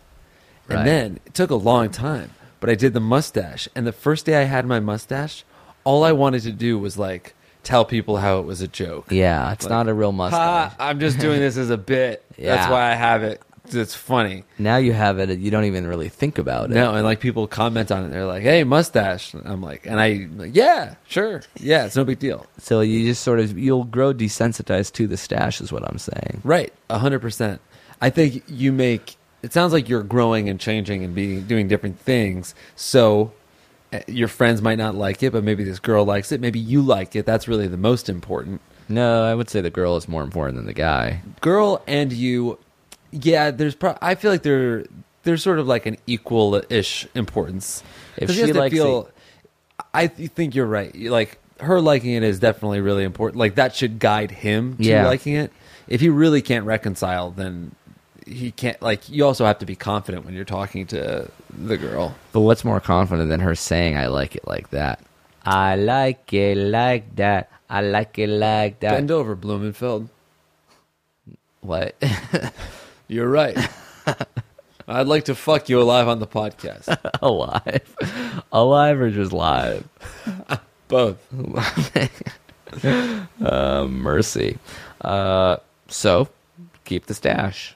Speaker 3: Right.
Speaker 4: and then it took a long time, but I did the mustache. And the first day I had my mustache, all I wanted to do was like tell people how it was a joke.
Speaker 3: yeah, it's
Speaker 4: Like,
Speaker 3: not a real mustache.
Speaker 4: Ha, I'm just doing this as a <laughs> bit.
Speaker 3: Yeah.
Speaker 4: That's why I have it. It's funny.
Speaker 3: now you have it. You don't even really think about it.
Speaker 4: No, and like people comment on it. They're like, "Hey, mustache." And I'm like, and I, like, yeah, sure, yeah, it's no big deal.
Speaker 3: So you just sort of you'll grow desensitized to the stash, is what I'm saying.
Speaker 4: Right, hundred percent. I think you make. It sounds like you're growing and changing and being doing different things. So uh, your friends might not like it, but maybe this girl likes it. Maybe you like it. That's really the most important.
Speaker 3: No, I would say the girl is more important than the guy.
Speaker 4: girl and you yeah there's pro- i feel like they're they're sort of like an equal-ish importance
Speaker 3: If
Speaker 4: 'Cause
Speaker 3: she
Speaker 4: has to
Speaker 3: likes
Speaker 4: i th- think you're right You- like her liking it is definitely really important like that should guide him to
Speaker 3: Yeah.
Speaker 4: liking it if he really can't reconcile then he can't like you also have to be confident when you're talking to the girl
Speaker 3: But what's more confident than her saying "I like it like that"? I like it like that. I like it like that.
Speaker 4: bend over blumenfeld
Speaker 3: What? <laughs>
Speaker 4: you're right i'd like to fuck you alive on the
Speaker 3: <laughs>
Speaker 4: podcast
Speaker 3: alive, alive or just live?
Speaker 4: both
Speaker 3: Uh, mercy. Uh, so keep the stash.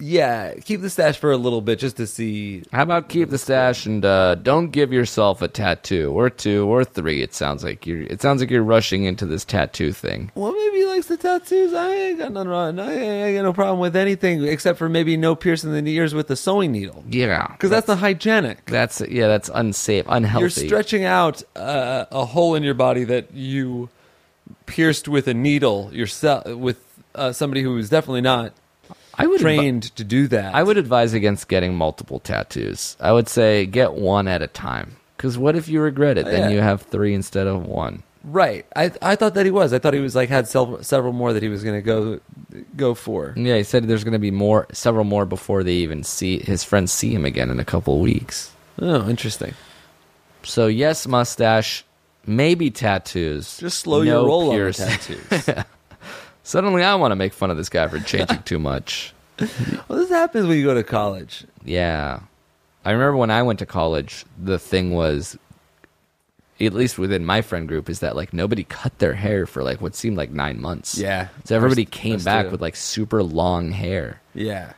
Speaker 4: Yeah, keep the stash for a little bit just to see.
Speaker 3: How about keep the stash and uh, don't give yourself a tattoo or two or three? It sounds like you're. It sounds like you're rushing into this tattoo thing.
Speaker 4: Well, maybe he likes the tattoos. I ain't got nothing wrong. I ain't got no problem with anything except for maybe no piercing the ears with the sewing needle
Speaker 3: Yeah,
Speaker 4: because that's not hygienic.
Speaker 3: that's yeah, that's unsafe, unhealthy.
Speaker 4: You're stretching out uh, a hole in your body that you pierced with a needle yourself with uh, somebody who is definitely not
Speaker 3: I would advi-
Speaker 4: trained to do that.
Speaker 3: I would advise against getting multiple tattoos. I would say get one at a time. Because what if you regret it? Then
Speaker 4: Yeah.
Speaker 3: you have three instead of one.
Speaker 4: right. I I thought that he was. I thought he was like had several several more that he was going to go go for.
Speaker 3: Yeah, he said there's going to be more, several more before they even see his friends see him again in a couple weeks.
Speaker 4: Oh, interesting.
Speaker 3: So yes, mustache, maybe tattoos.
Speaker 4: Just slow
Speaker 3: no
Speaker 4: your roll
Speaker 3: piercing.
Speaker 4: on the <laughs> tattoos.
Speaker 3: Suddenly, I want to make fun of this guy
Speaker 4: <laughs>
Speaker 3: for changing too much.
Speaker 4: Well, this happens when you go to college.
Speaker 3: Yeah. I remember when I went to college, the thing was, at least within my friend group, is that like nobody cut their hair for like what seemed like nine months.
Speaker 4: Yeah.
Speaker 3: So everybody
Speaker 4: Us-
Speaker 3: came
Speaker 4: us
Speaker 3: back
Speaker 4: too.
Speaker 3: with like super long hair.
Speaker 4: Yeah.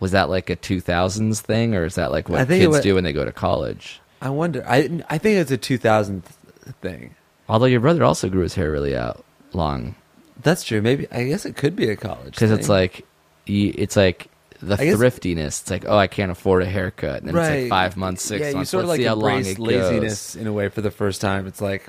Speaker 3: Was that like a 2000s thing or is that like
Speaker 4: I
Speaker 3: what
Speaker 4: think it
Speaker 3: kids
Speaker 4: wa-
Speaker 3: do when they go to college?
Speaker 4: I wonder. I I think it's a 2000 thing.
Speaker 3: Although your brother also grew his hair really out long
Speaker 4: That's true. Maybe I guess it could be a college
Speaker 3: because it's
Speaker 4: thing.
Speaker 3: like, you, it's like, the
Speaker 4: I guess-
Speaker 3: thriftiness. It's like, oh, I can't afford a haircut. And then it's
Speaker 4: Right.
Speaker 3: like five months, six
Speaker 4: yeah,
Speaker 3: months.
Speaker 4: You sort
Speaker 3: Let's
Speaker 4: of
Speaker 3: see
Speaker 4: like
Speaker 3: how long
Speaker 4: embrace
Speaker 3: it goes.
Speaker 4: laziness in a way for the first time. It's like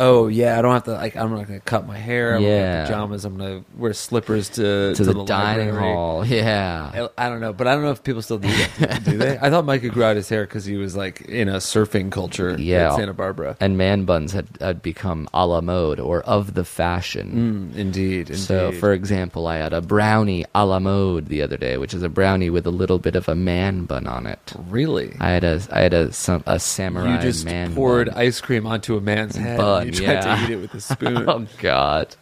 Speaker 4: oh yeah, I don't have to like I'm not gonna cut my hair. I'm gonna
Speaker 3: Yeah.
Speaker 4: wear pajamas. I'm gonna wear slippers to to,
Speaker 3: to the, dining
Speaker 4: library.
Speaker 3: hall. <laughs> Yeah.
Speaker 4: I, I don't know, but I don't know if people still do that. Do, do
Speaker 3: <laughs>
Speaker 4: they? I thought Micah grew out his hair because he was like in a surfing culture.
Speaker 3: Yeah.
Speaker 4: in Santa Barbara.
Speaker 3: And man buns had, had become a la mode or of the fashion.
Speaker 4: Mm, indeed, indeed.
Speaker 3: So, for example, I had a brownie a la mode the other day, which is a brownie with a little bit of a man bun on it.
Speaker 4: really,
Speaker 3: I had a I had a some a samurai
Speaker 4: you just
Speaker 3: man
Speaker 4: poured
Speaker 3: bun.
Speaker 4: ice cream onto a man's head. and
Speaker 3: Bun,
Speaker 4: you tried
Speaker 3: yeah.
Speaker 4: to eat it
Speaker 3: <laughs>
Speaker 4: with a spoon.
Speaker 3: Oh God,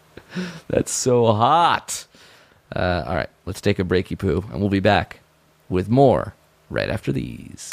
Speaker 3: that's so hot. Uh, all right, let's take a breaky poo, and we'll be back with more right after these.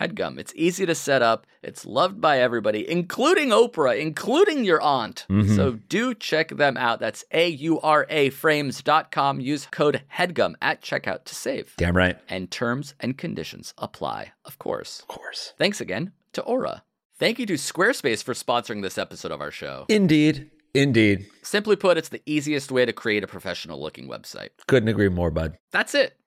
Speaker 3: HEADGUM. It's easy to set up, it's loved by everybody, including Oprah, including your aunt.
Speaker 5: Mm-hmm.
Speaker 3: So do check them out. That's A U R A frames.com. Use code HEADGUM at checkout to save.
Speaker 5: Damn right.
Speaker 3: And terms and conditions apply, of course.
Speaker 5: Of course.
Speaker 3: Thanks again to Aura. Thank you to Squarespace for sponsoring this episode of our show.
Speaker 5: Indeed. Indeed.
Speaker 3: Simply put, it's the easiest way to create a professional looking website.
Speaker 5: Couldn't agree more, bud.
Speaker 3: That's it.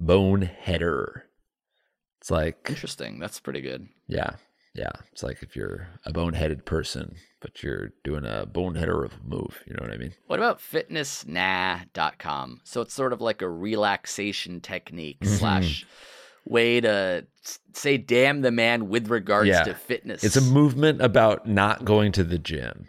Speaker 5: Boneheader. It's like,
Speaker 3: Interesting. That's pretty good.
Speaker 5: yeah, yeah. It's like if you're a boneheaded person, but you're doing a boneheader of a move. You know what I mean?
Speaker 3: What about fitnessnah.com? So it's sort of like a relaxation technique
Speaker 5: Mm-hmm.
Speaker 3: slash way to s- say damn the man with regards
Speaker 5: Yeah.
Speaker 3: to fitness.
Speaker 5: It's a movement about not going to the gym.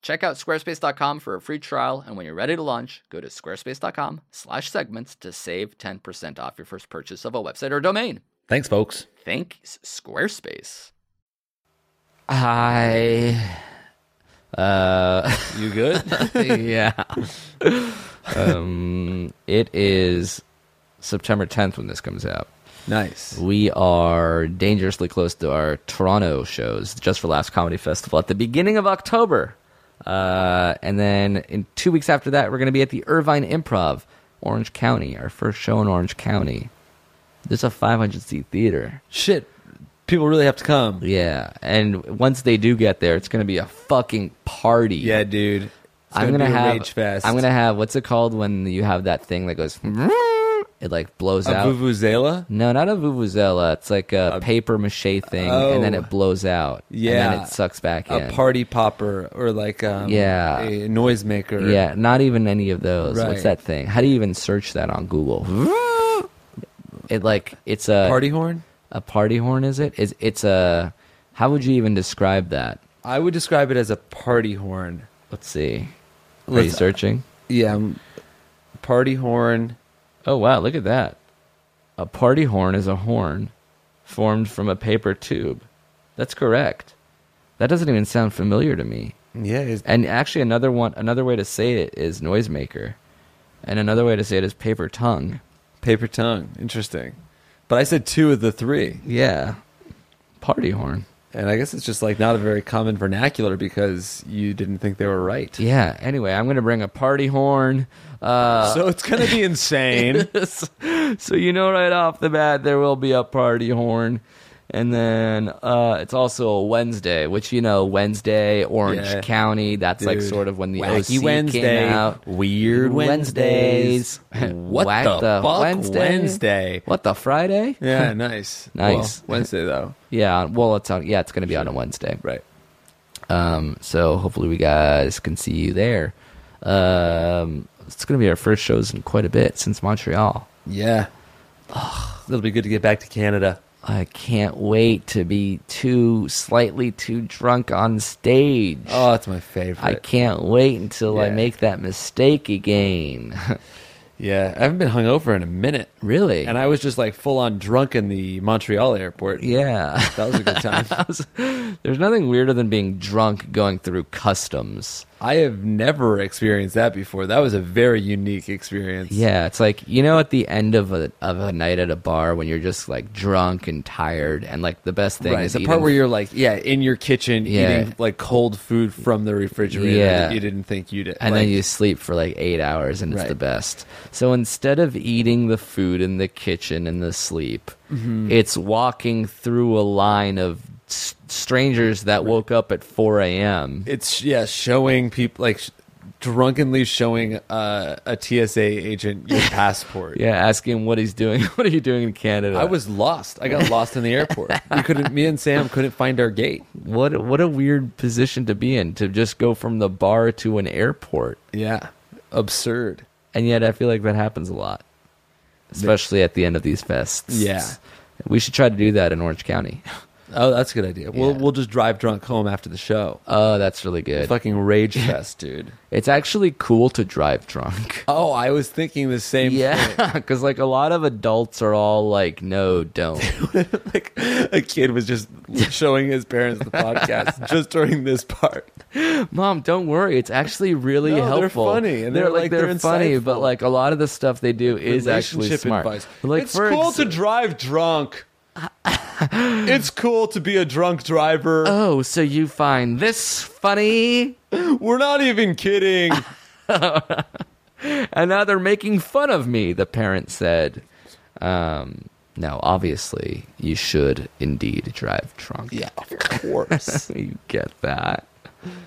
Speaker 3: check out squarespace.com for a free trial. And when you're ready to launch, go to squarespace.com slash segments to save 10% off your first purchase of a website or domain.
Speaker 5: Thanks, folks.
Speaker 3: Thanks, Squarespace.
Speaker 4: I
Speaker 3: Uh,
Speaker 4: you good?
Speaker 3: <laughs> yeah. um, it is September 10th when this comes out.
Speaker 4: nice.
Speaker 3: We are dangerously close to our Toronto shows just for Last Comedy Festival at the beginning of October. Uh, and then in two weeks after that, we're going to be at the Irvine Improv, Orange County, our first show in Orange County. There's a 500 seat theater.
Speaker 4: Shit, people really have to come.
Speaker 3: Yeah. And once they do get there, it's going to be a fucking party.
Speaker 4: Yeah, dude.
Speaker 3: I'm
Speaker 4: gonna
Speaker 3: gonna
Speaker 4: be a
Speaker 3: have.
Speaker 4: rage fest.
Speaker 3: I'm gonna have. What's it called when you have that thing that goes? It like blows
Speaker 4: A
Speaker 3: out.
Speaker 4: vuvuzela?
Speaker 3: no, not a vuvuzela. It's like a paper mache thing, and then
Speaker 4: oh.
Speaker 3: it blows out. and
Speaker 4: Yeah.
Speaker 3: then it sucks back
Speaker 4: A
Speaker 3: in.
Speaker 4: party popper or like um,
Speaker 3: Yeah.
Speaker 4: a noisemaker.
Speaker 3: Yeah, not even any of those.
Speaker 4: Right.
Speaker 3: What's that thing? How do you even search that
Speaker 4: <gasps>
Speaker 3: on Google? It like it's a
Speaker 4: Party horn?
Speaker 3: a party horn. Is it? Is it's a? How would you even describe that?
Speaker 4: I would describe it as a party horn.
Speaker 3: Let's see. Are you
Speaker 4: Let's-
Speaker 3: searching?
Speaker 4: Yeah. um, Party horn.
Speaker 3: Oh wow! Look at that. A party horn is a horn formed from a paper tube. That's correct. That doesn't even sound familiar to me.
Speaker 4: Yeah. It's,
Speaker 3: And actually, another one, another way to say it is noisemaker, and another way to say it is paper tongue.
Speaker 4: Paper tongue. Interesting. But I said two of the three.
Speaker 3: Yeah. Party horn.
Speaker 4: And I guess it's just like not a very common vernacular because you didn't think they were right.
Speaker 3: Yeah. Anyway, I'm going to bring a party horn. Uh,
Speaker 4: <laughs> So it's going to be
Speaker 5: <laughs>
Speaker 4: insane.
Speaker 3: <laughs> so you know right off the bat there will be a party horn. And then uh, it's also a Wednesday, which you know Wednesday, Orange
Speaker 4: Yeah.
Speaker 3: County. That's like
Speaker 4: Dude.
Speaker 3: sort of when the
Speaker 4: Wacky
Speaker 3: OC
Speaker 4: Wednesday.
Speaker 3: came out.
Speaker 5: Weird Wednesdays.
Speaker 4: <laughs>
Speaker 3: What
Speaker 4: What the fuck Wednesday?
Speaker 3: What the Friday?
Speaker 4: yeah, nice.
Speaker 3: Nice.
Speaker 4: Well, Wednesday, though.
Speaker 3: Yeah. Well, it's on. Yeah, it's going to be on a Wednesday.
Speaker 4: Right.
Speaker 3: Um, so hopefully we guys can see you there. Um, it's going to be our first shows in quite a bit since Montreal.
Speaker 4: Yeah.
Speaker 5: It'll be good to get back to Canada.
Speaker 3: I can't wait to be too slightly too drunk on stage.
Speaker 4: Oh, it's my favorite.
Speaker 3: I can't wait until I
Speaker 4: Yeah.
Speaker 3: make that mistake again. <laughs>
Speaker 4: yeah, I haven't been hungover in a minute.
Speaker 3: really?
Speaker 4: And I was just like full on drunk in the Montreal airport.
Speaker 3: yeah. <laughs>
Speaker 4: That was a good
Speaker 5: <laughs>
Speaker 4: time.
Speaker 3: I was- There's nothing weirder than being drunk going through customs.
Speaker 4: I have never experienced that before. That was a very unique experience.
Speaker 3: Yeah, it's like you know, at the end of a of a night at a bar when you're just like drunk and tired, and like the best thing
Speaker 4: Right.
Speaker 3: is
Speaker 4: The
Speaker 3: eating
Speaker 4: part where you're like, yeah, in your kitchen
Speaker 3: Yeah.
Speaker 4: eating like cold food from the refrigerator
Speaker 3: Yeah.
Speaker 4: that you didn't think you'd
Speaker 3: and
Speaker 4: like,
Speaker 3: then you sleep for like eight hours and it's
Speaker 4: Right.
Speaker 3: the best so instead of eating the food in the kitchen and the sleep
Speaker 4: Mm-hmm.
Speaker 3: it's walking through a line of s- strangers that woke up at 4 a.m
Speaker 4: it's yeah, showing people like sh- drunkenly showing uh, a TSA agent <laughs> your passport.
Speaker 3: yeah asking what he's doing <laughs> what are you doing in canada
Speaker 4: I was lost. I got lost in the airport. We couldn't. Me and Sam couldn't find our gate.
Speaker 3: what what a weird position to be in to just go from the bar to an airport
Speaker 4: Yeah, absurd.
Speaker 3: and yet i feel like that happens a lot especially at the end of these fests
Speaker 4: Yeah.
Speaker 3: we should try to do that in orange county <laughs>
Speaker 4: Oh, that's a good idea. We'll
Speaker 3: Yeah.
Speaker 4: we'll just drive drunk home after the show.
Speaker 3: oh that's really good
Speaker 4: Fucking rage fest, dude.
Speaker 3: It's actually cool to drive drunk.
Speaker 4: Oh, I was thinking the same.
Speaker 3: Yeah, <laughs> because like a lot of adults are all like, "No, don't."
Speaker 4: <laughs>
Speaker 3: <laughs>
Speaker 4: like a kid was just showing his parents the podcast just during this part.
Speaker 3: Mom, don't worry. It's actually really
Speaker 4: No, they're
Speaker 3: helpful.
Speaker 4: funny, and they're, like, they're
Speaker 3: funny,
Speaker 4: insightful.
Speaker 3: but like a lot of the stuff they do is actually smart. Like
Speaker 4: it's
Speaker 3: for
Speaker 4: cool
Speaker 3: ex-
Speaker 4: to drive drunk. it's cool to be a drunk driver.
Speaker 3: <laughs> oh, so you find this funny,
Speaker 4: We're not even
Speaker 3: <laughs>
Speaker 4: kidding.
Speaker 3: and now they're making fun of me. The parent said. Um, no, obviously you should indeed drive drunk.
Speaker 4: yeah, of course.
Speaker 3: <laughs> you get that.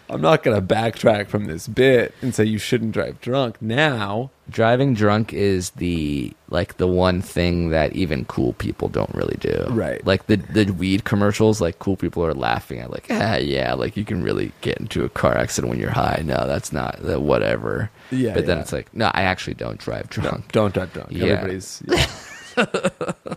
Speaker 4: I'm not going to backtrack from this bit and say you shouldn't drive drunk now.
Speaker 3: driving drunk is the like the one thing that even cool people don't really do
Speaker 4: Right.
Speaker 3: like the the weed commercials like cool people are laughing at like ah, yeah like you can really get into a car accident when you're high no that's not that whatever
Speaker 4: Yeah,
Speaker 3: but then
Speaker 4: yeah.
Speaker 3: it's like no i actually don't
Speaker 4: <laughs>
Speaker 3: drive drunk
Speaker 4: Don't drive drunk.
Speaker 3: Yeah.
Speaker 4: Everybody's. yeah.
Speaker 3: <laughs>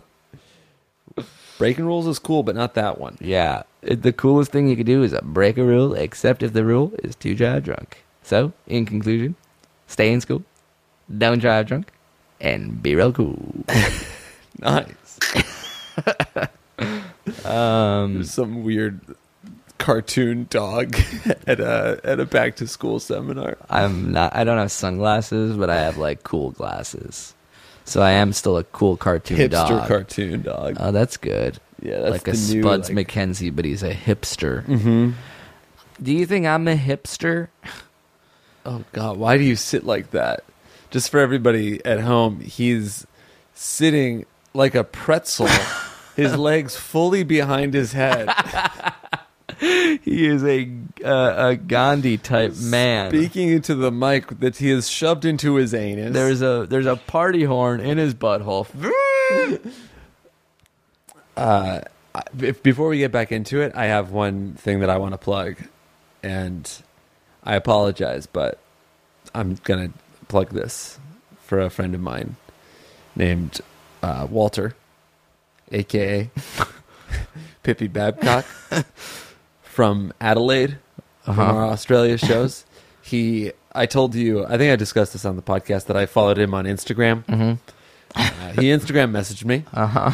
Speaker 4: Breaking rules is cool, but not that one.
Speaker 3: yeah It- the coolest thing you could do is uh, break a rule except if the rule is to drive drunk so in conclusion stay in school don't drive drunk and be real cool
Speaker 4: Nice. <laughs> um, There's some weird cartoon dog <laughs> at a at a back to school seminar.
Speaker 3: I'm not. I don't have sunglasses, but I have like cool glasses. So I am still a cool cartoon
Speaker 4: Hipster
Speaker 3: dog.
Speaker 4: cartoon dog. Uh,
Speaker 3: oh, that's good.
Speaker 4: Yeah, that's
Speaker 3: like a
Speaker 4: the new,
Speaker 3: Spuds
Speaker 4: like-
Speaker 3: McKenzie, but he's a hipster. Mm-hmm. Do you think I'm a hipster?
Speaker 4: oh God, why do you sit like that? Just for everybody at home, he's sitting <laughs> like a pretzel. his legs fully behind his head.
Speaker 3: <laughs> He is a uh, a Gandhi type man.
Speaker 4: Speaking into the mic that he has shoved into his anus.
Speaker 3: There's a there's a party horn in his butthole.
Speaker 4: I- if, before we get back into it, I have one thing that I want to plug, and I apologize, but I'm gonna plug this for a friend of mine named uh, Walter, aka <laughs> Pippi Babcock, from Adelaide, from our Australia shows. he, I told you, I think I discussed this on the podcast that I followed him on Instagram. Uh, he Instagram messaged me
Speaker 3: Uh-huh.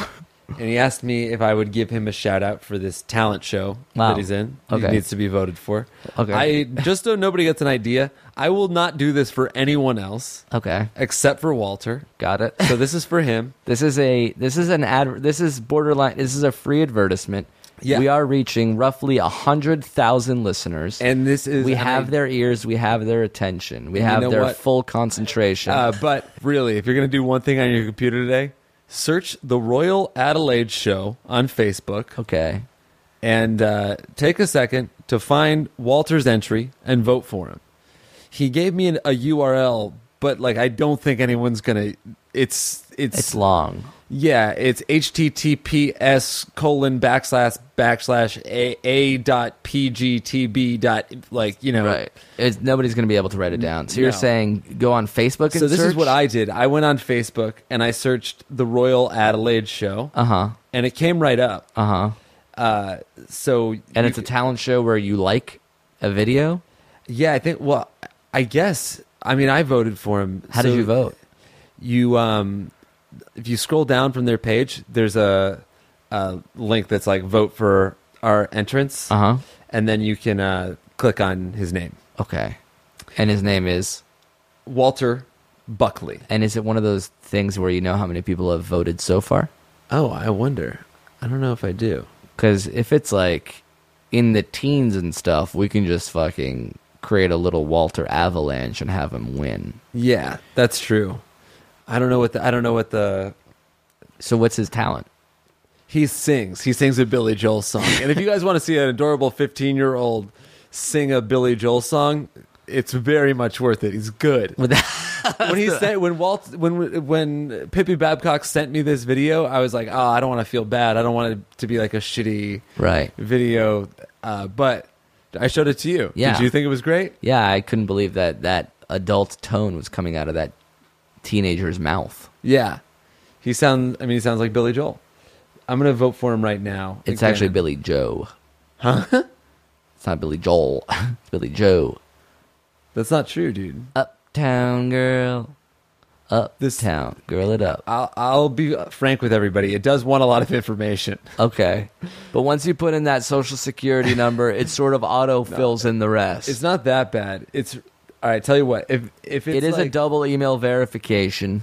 Speaker 4: and he asked me if I would give him a shout out for this talent show
Speaker 3: Wow.
Speaker 4: that he's in.
Speaker 3: Okay.
Speaker 4: He needs to be voted for.
Speaker 3: Okay.
Speaker 4: I just so nobody gets an idea, I will not do this for anyone else
Speaker 3: Okay,
Speaker 4: except for Walter.
Speaker 3: got it.
Speaker 4: So this is for him.
Speaker 3: This is a this is an ad. This is borderline. This is a free advertisement.
Speaker 4: Yeah.
Speaker 3: We are reaching roughly a hundred thousand listeners,
Speaker 4: And this is
Speaker 3: we
Speaker 4: and
Speaker 3: have
Speaker 4: I-
Speaker 3: their ears, we have their attention, we
Speaker 4: You
Speaker 3: have
Speaker 4: know
Speaker 3: their
Speaker 4: what?
Speaker 3: full concentration.
Speaker 4: Uh, but really, if you're going to do one thing on your computer today, search the Royal Adelaide Show on Facebook
Speaker 3: okay,
Speaker 4: and uh, take a second to find Walter's entry and vote for him. He gave me an, a URL, but like I don't think anyone's gonna. It's it's,
Speaker 3: it's long.
Speaker 4: yeah, it's https colon backslash backslash a a dot pgtb dot like you know
Speaker 3: Right. It's, nobody's going to be able to write it down. So you're
Speaker 4: No.
Speaker 3: saying go on Facebook and
Speaker 4: So this is
Speaker 3: search?
Speaker 4: what I did. I went on Facebook and I searched the Royal Adelaide Show,
Speaker 3: Uh-huh.
Speaker 4: and it came right up.
Speaker 3: Uh huh.
Speaker 4: Uh, so
Speaker 3: And
Speaker 4: you-
Speaker 3: it's a talent show where you like a video.
Speaker 4: yeah, I think. Well, I guess. I mean, I voted for him.
Speaker 3: How did
Speaker 4: So
Speaker 3: you vote?
Speaker 4: You um, if you scroll down from their page, there's a, a link that's like vote for our entrance,
Speaker 3: Uh huh.
Speaker 4: and then you can uh, click on his name,
Speaker 3: Okay. And his name is.
Speaker 4: Walter Buckley.
Speaker 3: And is it one of those things where you know how many people have voted so far?
Speaker 4: Oh, I wonder. I don't know if I do.
Speaker 3: Because if it's like in the teens and stuff, we can just fucking create a little Walter Avalanche and have him win.
Speaker 4: Yeah, that's true. I don't know what the, I don't know what the
Speaker 3: So what's his talent? <laughs>
Speaker 4: he sings. He sings a Billy Joel song. And if you guys want to see an adorable 15-year-old sing a Billy Joel song, it's very much worth it. He's good.
Speaker 3: With
Speaker 4: when he said when Walt when when Pippi Babcock sent me this video, I was like, "Oh, I don't want to feel bad. I don't want it to be like a shitty
Speaker 3: Right.
Speaker 4: video." Uh, but I showed it to you.
Speaker 3: Yeah.
Speaker 4: Did you think it was great?
Speaker 3: Yeah, I couldn't believe that that adult tone was coming out of that teenager's mouth.
Speaker 4: Yeah. He sounds I mean he sounds like Billy Joel. I'm going to vote for him right now.
Speaker 3: It's
Speaker 4: Again.
Speaker 3: actually Billy Joe. Huh? It's not Billy Joel. <laughs> It's Billy Joe.
Speaker 4: That's not true, dude.
Speaker 3: Uptown girl.
Speaker 4: This
Speaker 3: Uptown girl it up.
Speaker 4: I'll I'll be frank with everybody. It does want a lot of information.
Speaker 3: Okay. But once you put in that social security number, it sort
Speaker 4: <laughs>
Speaker 3: of auto fills in the rest.
Speaker 4: It's not that bad. It's all right. Tell you what, if if it's
Speaker 3: It is a
Speaker 4: like-
Speaker 3: double email verification.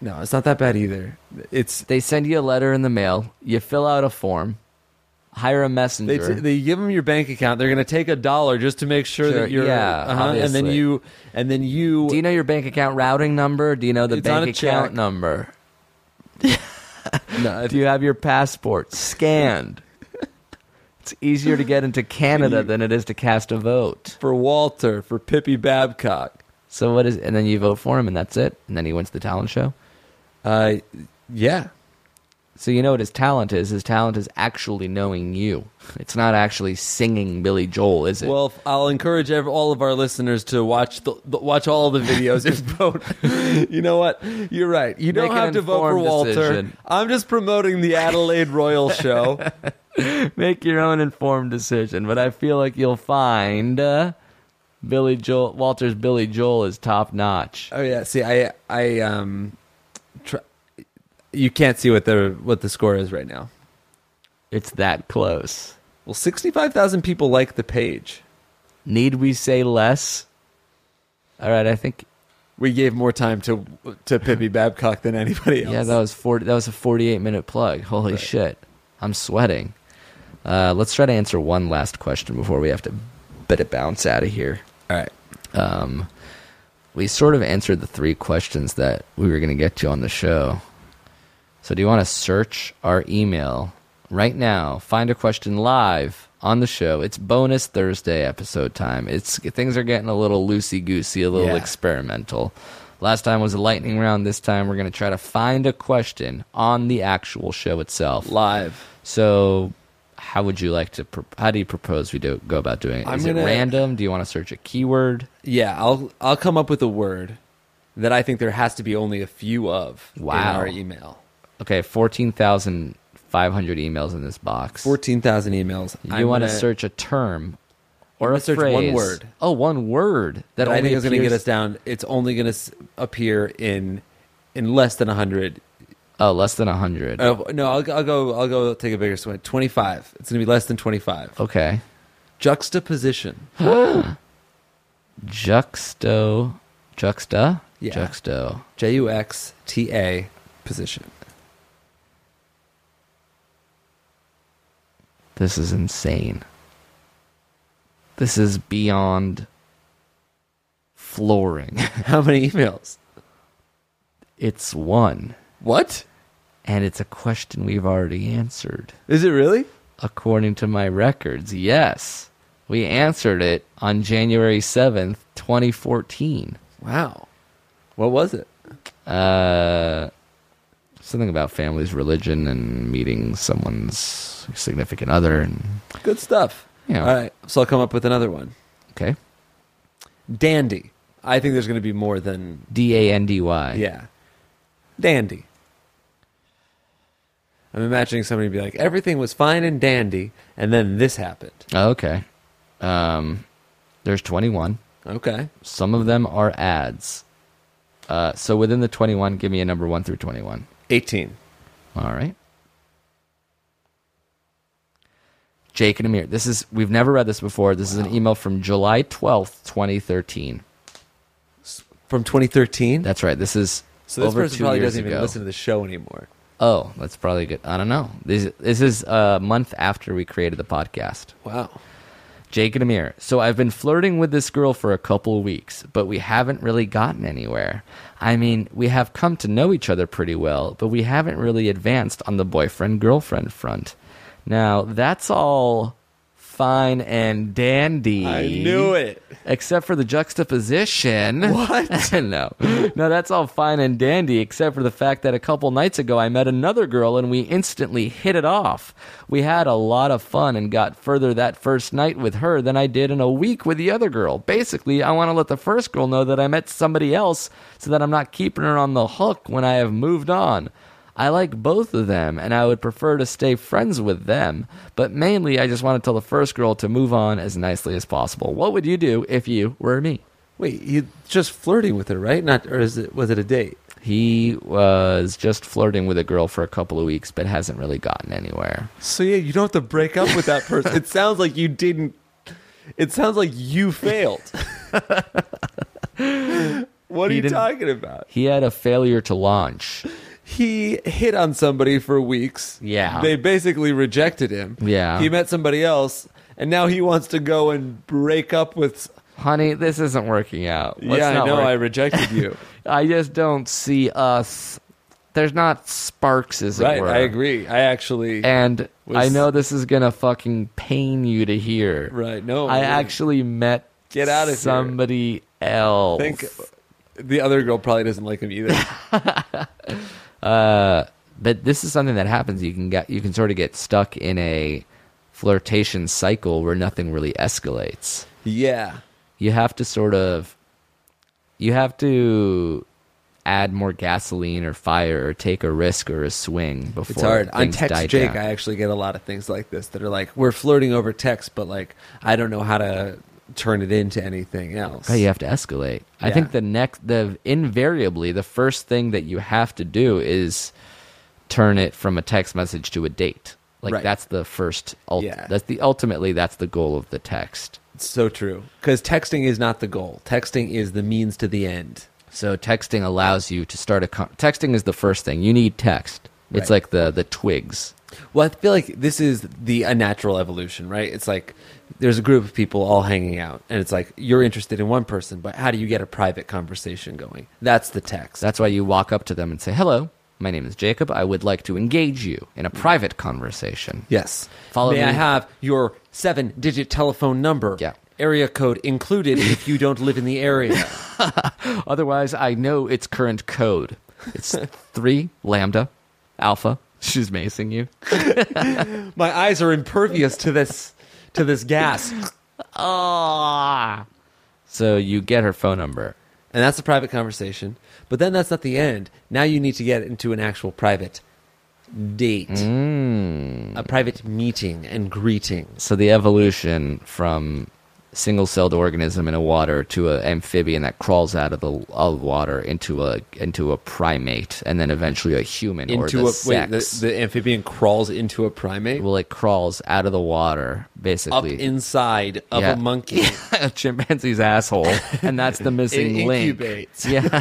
Speaker 4: no, it's not that bad either. It's
Speaker 3: They send you a letter in the mail. You fill out a form. Hire a
Speaker 4: they
Speaker 3: messenger.
Speaker 4: t- they give them your bank account. They're gonna take a dollar just to make sure,
Speaker 3: Sure,
Speaker 4: that you're uh-huh,
Speaker 3: yeah,
Speaker 4: and then
Speaker 3: obviously.
Speaker 4: you and then you.
Speaker 3: Do you know your bank account routing number? Do you know the
Speaker 4: It's on
Speaker 3: bank
Speaker 4: a check.
Speaker 3: account number?
Speaker 4: no,
Speaker 3: Do you have your passport scanned? it's easier to get into Canada than it is to cast a vote.
Speaker 4: for Walter for Pippi Babcock.
Speaker 3: So what is and then you vote for him and that's it. And then he wins the talent show.
Speaker 4: Uh, yeah,
Speaker 3: So you know what his talent is? His talent is actually knowing you. It's not actually singing Billy Joel, is it?
Speaker 4: Well, f- I'll encourage ev- all of our listeners to watch the, the watch all the videos
Speaker 3: <laughs>
Speaker 4: and vote. You know what? You're right. You
Speaker 3: Make
Speaker 4: don't
Speaker 3: an
Speaker 4: have to vote for
Speaker 3: informed
Speaker 4: Walter.
Speaker 3: decision.
Speaker 4: I'm just promoting the Adelaide Royal
Speaker 3: <laughs>
Speaker 4: show.
Speaker 3: make your own informed decision, but I feel like you'll find uh, Billy Joel Walter's Billy Joel is top notch.
Speaker 4: oh yeah. See, I I um, tr- you can't see what the what the score is right now.
Speaker 3: It's that close.
Speaker 4: Well, sixty five thousand people like the page.
Speaker 3: Need we say less? All right, I think
Speaker 4: We gave more time to to Pippi Babcock than anybody else.
Speaker 3: Yeah, that was forty. That was a forty-eight minute plug. Holy shit, I'm sweating. Uh, let's try to answer one last question before we have to bit it bounce out of here.
Speaker 4: all right.
Speaker 3: Um, we sort of answered the three questions that we were going to get to on the show. So, do you want to search our email right now? Find a question live on the show. It's bonus Thursday episode time. It's things are getting a little loosey goosey, a little
Speaker 4: Yeah.
Speaker 3: experimental. Last time was a lightning round. This time we're going to try to find a question on the actual show itself.
Speaker 4: live.
Speaker 3: So, how would you like to? Pro- how do you propose we do go about doing it?
Speaker 4: I'm
Speaker 3: Is it
Speaker 4: gonna-
Speaker 3: random? Do you want to search a keyword?
Speaker 4: Yeah, I'll I'll come up with a word that I think there has to be only a few of
Speaker 3: Wow.
Speaker 4: in our email.
Speaker 3: Okay, fourteen thousand five hundred emails in this box.
Speaker 4: Fourteen thousand emails.
Speaker 3: You want to search a term or
Speaker 4: I'm
Speaker 3: a
Speaker 4: gonna search one
Speaker 3: phrase?
Speaker 4: word.
Speaker 3: Oh, one word that,
Speaker 4: that I
Speaker 3: only
Speaker 4: think is going to get
Speaker 3: appears-
Speaker 4: us down. It's only going to appear in in less than hundred.
Speaker 3: Oh, less than hundred.
Speaker 4: Uh, no, I'll, I'll go. I'll go take a bigger swing. Twenty five. It's going to be less than twenty five.
Speaker 3: Okay.
Speaker 4: Juxtaposition.
Speaker 3: Juxto, juxta,
Speaker 4: Yeah.
Speaker 3: juxto.
Speaker 4: J U X T A position.
Speaker 3: This is insane. This is beyond flooring. <laughs>
Speaker 4: How many emails?
Speaker 3: it's one,
Speaker 4: What
Speaker 3: and it's a question we've already answered.
Speaker 4: is it really?
Speaker 3: According to my records, yes, we answered it on January seventh, twenty fourteen.
Speaker 4: Wow. What was it?
Speaker 3: Uh, something about families, religion, and meeting someone's significant other. And,
Speaker 4: Good stuff.
Speaker 3: Yeah.
Speaker 4: All right. So I'll come up with another one.
Speaker 3: okay,
Speaker 4: Dandy. I think there's going to be more than
Speaker 3: D A N D Y.
Speaker 4: yeah. Dandy. I'm imagining somebody be like, everything was fine and dandy, and then this happened.
Speaker 3: Oh, okay. Um, there's 21.
Speaker 4: Okay.
Speaker 3: Some of them are ads. Uh, so within the 21, give me a number one through 21.
Speaker 4: 18.
Speaker 3: All right. Jake and Amir. This is we've never read this before. This is an email from July 12th, 2013.
Speaker 4: From 2013?
Speaker 3: That's right. This is
Speaker 4: so this
Speaker 3: over
Speaker 4: person
Speaker 3: two
Speaker 4: probably
Speaker 3: years
Speaker 4: doesn't even
Speaker 3: ago.
Speaker 4: listen to the show anymore.
Speaker 3: Oh, that's probably good. I don't know. This, this is a month after we created the podcast.
Speaker 4: Wow.
Speaker 3: Jake and Amir. So I've been flirting with this girl for a couple weeks, but we haven't really gotten anywhere. I mean, we have come to know each other pretty well, but we haven't really advanced on the boyfriend girlfriend front. Now, that's all fine and dandy.
Speaker 4: I knew it.
Speaker 3: Except for the juxtaposition.
Speaker 4: <laughs> What?
Speaker 3: <laughs> no. No, that's all fine and dandy, except for the fact that a couple nights ago I met another girl and we instantly hit it off. We had a lot of fun and got further that first night with her than I did in a week with the other girl. Basically, I want to let the first girl know that I met somebody else so that I'm not keeping her on the hook when I have moved on. I like both of them and I would prefer to stay friends with them, but mainly I just want to tell the first girl to move on as nicely as possible. What would you do if you were me?
Speaker 4: Wait, you just flirting with her, right? Not or is it was it a date?
Speaker 3: He was just flirting with a girl for a couple of weeks, but hasn't really gotten anywhere.
Speaker 4: So yeah, you don't have to break up with that person. <laughs> it sounds like you didn't. It sounds like you <laughs> failed. what are
Speaker 3: He
Speaker 4: you
Speaker 3: didn't-
Speaker 4: talking about?
Speaker 3: He had a failure to launch.
Speaker 4: He hit on somebody for weeks.
Speaker 3: Yeah.
Speaker 4: they basically rejected him.
Speaker 3: Yeah.
Speaker 4: he met somebody else, and now he wants to go and break up with.
Speaker 3: Honey, this isn't working out. Let's
Speaker 4: yeah, I
Speaker 3: not
Speaker 4: know. I
Speaker 3: work-
Speaker 4: rejected <laughs> you.
Speaker 3: I just don't see us. There's not sparks, as
Speaker 4: right,
Speaker 3: it were.
Speaker 4: I agree. I actually.
Speaker 3: And
Speaker 4: Was-
Speaker 3: I know this is gonna fucking pain you to hear.
Speaker 4: Right, no,
Speaker 3: I
Speaker 4: really.
Speaker 3: actually met
Speaker 4: Oh, Get out of here.
Speaker 3: somebody else.
Speaker 4: I think the other girl probably doesn't like him <laughs> either.
Speaker 3: but this is something that happens. You can get you can sort of get stuck in a flirtation cycle where nothing really escalates.
Speaker 4: yeah.
Speaker 3: You have to sort of you have to add more gasoline or fire or take a risk or a swing before
Speaker 4: It's hard. On
Speaker 3: things die
Speaker 4: text Jake,
Speaker 3: down.
Speaker 4: I actually get a lot of things like this that are like, we're flirting over text, but like, I don't know how to turn it into anything else.
Speaker 3: God, you have to escalate. I
Speaker 4: Yeah.
Speaker 3: think the next, the invariably, the first thing that you have to do is turn it from a text message to a date. Like
Speaker 4: Right.
Speaker 3: that's the first. Ult-
Speaker 4: Yeah.
Speaker 3: That's the ultimately that's the goal of the text.
Speaker 4: It's so true. Because texting is not the goal, texting is the means to the end.
Speaker 3: So texting allows you to start a con- texting is the first thing you need text. It's
Speaker 4: Right.
Speaker 3: like the the twigs.
Speaker 4: Well, I feel like this is the unnatural evolution, right? It's like there's a group of people all hanging out, and it's like you're interested in one person, but how do you get a private conversation going? That's the text.
Speaker 3: That's why you walk up to them and say, "Hello, my name is Jacob. I would like to engage you in a private conversation."
Speaker 4: yes.
Speaker 3: Follow
Speaker 4: May I
Speaker 3: me.
Speaker 4: have your seven digit telephone number.
Speaker 3: Yeah.
Speaker 4: Area code included if you don't live in the
Speaker 3: <laughs>
Speaker 4: area.
Speaker 3: Otherwise, I know its current code.
Speaker 4: <laughs>
Speaker 3: It's three lambda alpha. She's macing you.
Speaker 4: My eyes are impervious to this to this gas. And
Speaker 3: Ah. So you get her phone number.
Speaker 4: that's a private conversation. But then that's not the end. Now you need to get into an actual private date.
Speaker 3: Mm.
Speaker 4: A private meeting and greeting.
Speaker 3: So the evolution from single-celled organism in a water to an amphibian that crawls out of the of water into a into a primate and then eventually a human or
Speaker 4: into
Speaker 3: the
Speaker 4: a wait,
Speaker 3: sex.
Speaker 4: the, the amphibian crawls into a primate
Speaker 3: well, it crawls out of the water
Speaker 4: up
Speaker 3: basically
Speaker 4: inside of
Speaker 3: Yeah.
Speaker 4: a
Speaker 3: <laughs>
Speaker 4: monkey.
Speaker 3: a chimpanzee's asshole, and that's
Speaker 4: <laughs>
Speaker 3: the missing
Speaker 4: It
Speaker 3: link.
Speaker 4: incubates.
Speaker 3: Yeah,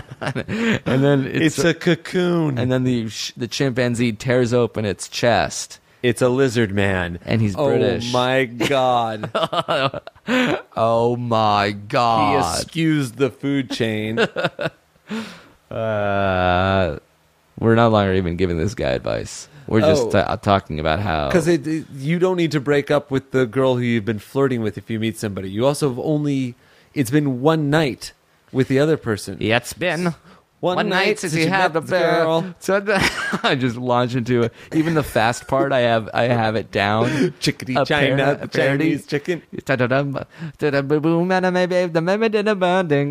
Speaker 3: <laughs> and then it's,
Speaker 4: It's a cocoon.
Speaker 3: and then the sh- the chimpanzee tears open its chest.
Speaker 4: It's a lizard man.
Speaker 3: And he's British.
Speaker 4: Oh my
Speaker 3: <laughs>
Speaker 4: god.
Speaker 3: Oh my
Speaker 4: he
Speaker 3: god!
Speaker 4: eschews the food chain.
Speaker 3: <laughs> uh, we're no longer even giving this guy advice. We're just
Speaker 4: Oh.
Speaker 3: ta- talking about how
Speaker 4: Because it, it- you don't need to break up with the girl who you've been flirting with if you meet somebody. You also have only, it's been one night with the other person.
Speaker 3: Yeah, it's been
Speaker 4: One night since you met the girl.
Speaker 3: <laughs> So the- I just launch into it. Even the fast part, I have I have it
Speaker 4: <laughs>
Speaker 3: down.
Speaker 4: Chickadee
Speaker 3: A
Speaker 4: China,
Speaker 3: parrot-
Speaker 4: the
Speaker 3: a parody.
Speaker 4: Chinese chicken.
Speaker 3: Da-da-dum, da-da-boo-boom, da-da-may-babe, da-may-may-da-da-bonding.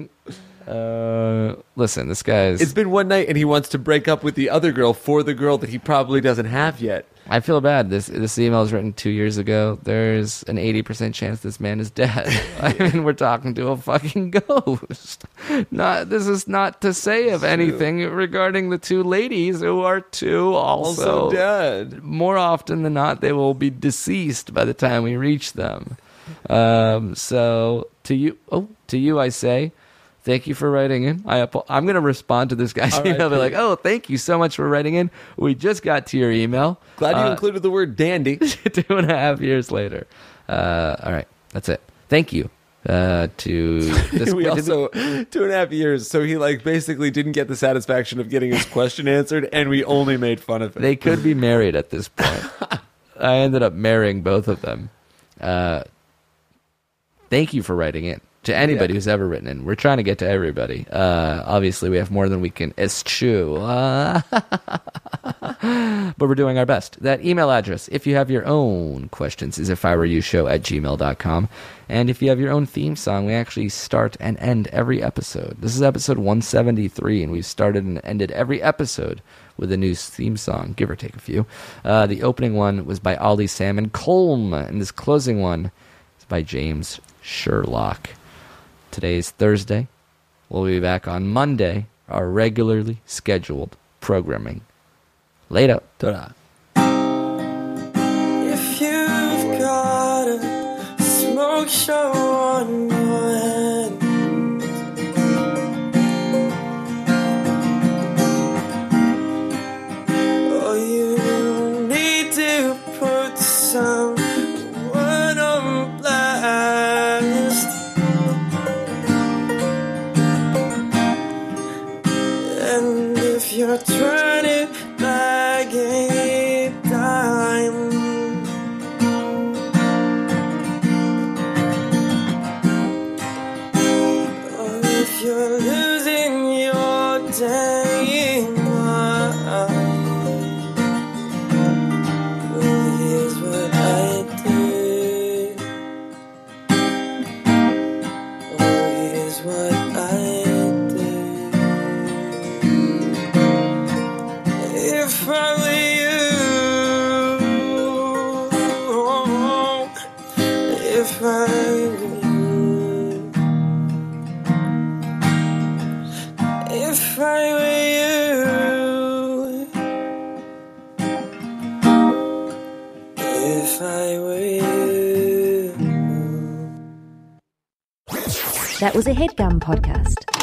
Speaker 3: Uh, listen, this guy's.
Speaker 4: It's been one night and he wants to break up with the other girl for the girl that he probably doesn't have yet.
Speaker 3: I feel bad. This this email was written two years ago. There's an eighty percent chance this man is
Speaker 4: <laughs>
Speaker 3: dead. <laughs> I mean, we're talking to a fucking ghost. Not this is not to say of anything regarding the two ladies who are two also,
Speaker 4: Also dead.
Speaker 3: More often than not, they will be deceased by the time we reach them. Um, so to you, oh, to you, I say. Thank you for writing in. I apo- I'm going to respond to this guy's
Speaker 4: All right,
Speaker 3: email. Be like,
Speaker 4: Pete.
Speaker 3: oh, thank you so much for writing in. We just got to your email.
Speaker 4: Glad you
Speaker 3: Uh,
Speaker 4: included the word dandy.
Speaker 3: <laughs> two and a half years later. Uh, all right, that's it. Thank you uh,
Speaker 4: <laughs>
Speaker 3: to this.
Speaker 4: we also two and a half years. So he like basically didn't get the satisfaction of getting his question answered, and we only made fun of it.
Speaker 3: they could be married at this point. I ended up marrying both of them. Uh, thank you for writing in to anybody
Speaker 4: Yeah.
Speaker 3: who's ever written in. We're trying to get to everybody. Uh, obviously, we have more than we can eschew. Uh, but we're doing our best. That email address, if you have your own questions, is if I were you show at gmail.com. And if you have your own theme song, we actually start and end every episode. This is episode 173, and we've started and ended every episode with a new theme song, give or take a few. Uh, the opening one was by Ollie Salmon Colm, and this closing one is by James Sherlock. Today's Thursday. We'll be back on Monday, our regularly scheduled programming. Later.
Speaker 4: Ta-da.
Speaker 6: If you've got a smoke show on your hands, or Oh, you need to put someone on blast, and if you're trying to bag it time. Or if you're losing your damn mind, well, here's what I did. Oh, here's what I did. If I were you, if I were you. If I were you, if I were you.
Speaker 1: That was a headgum podcast.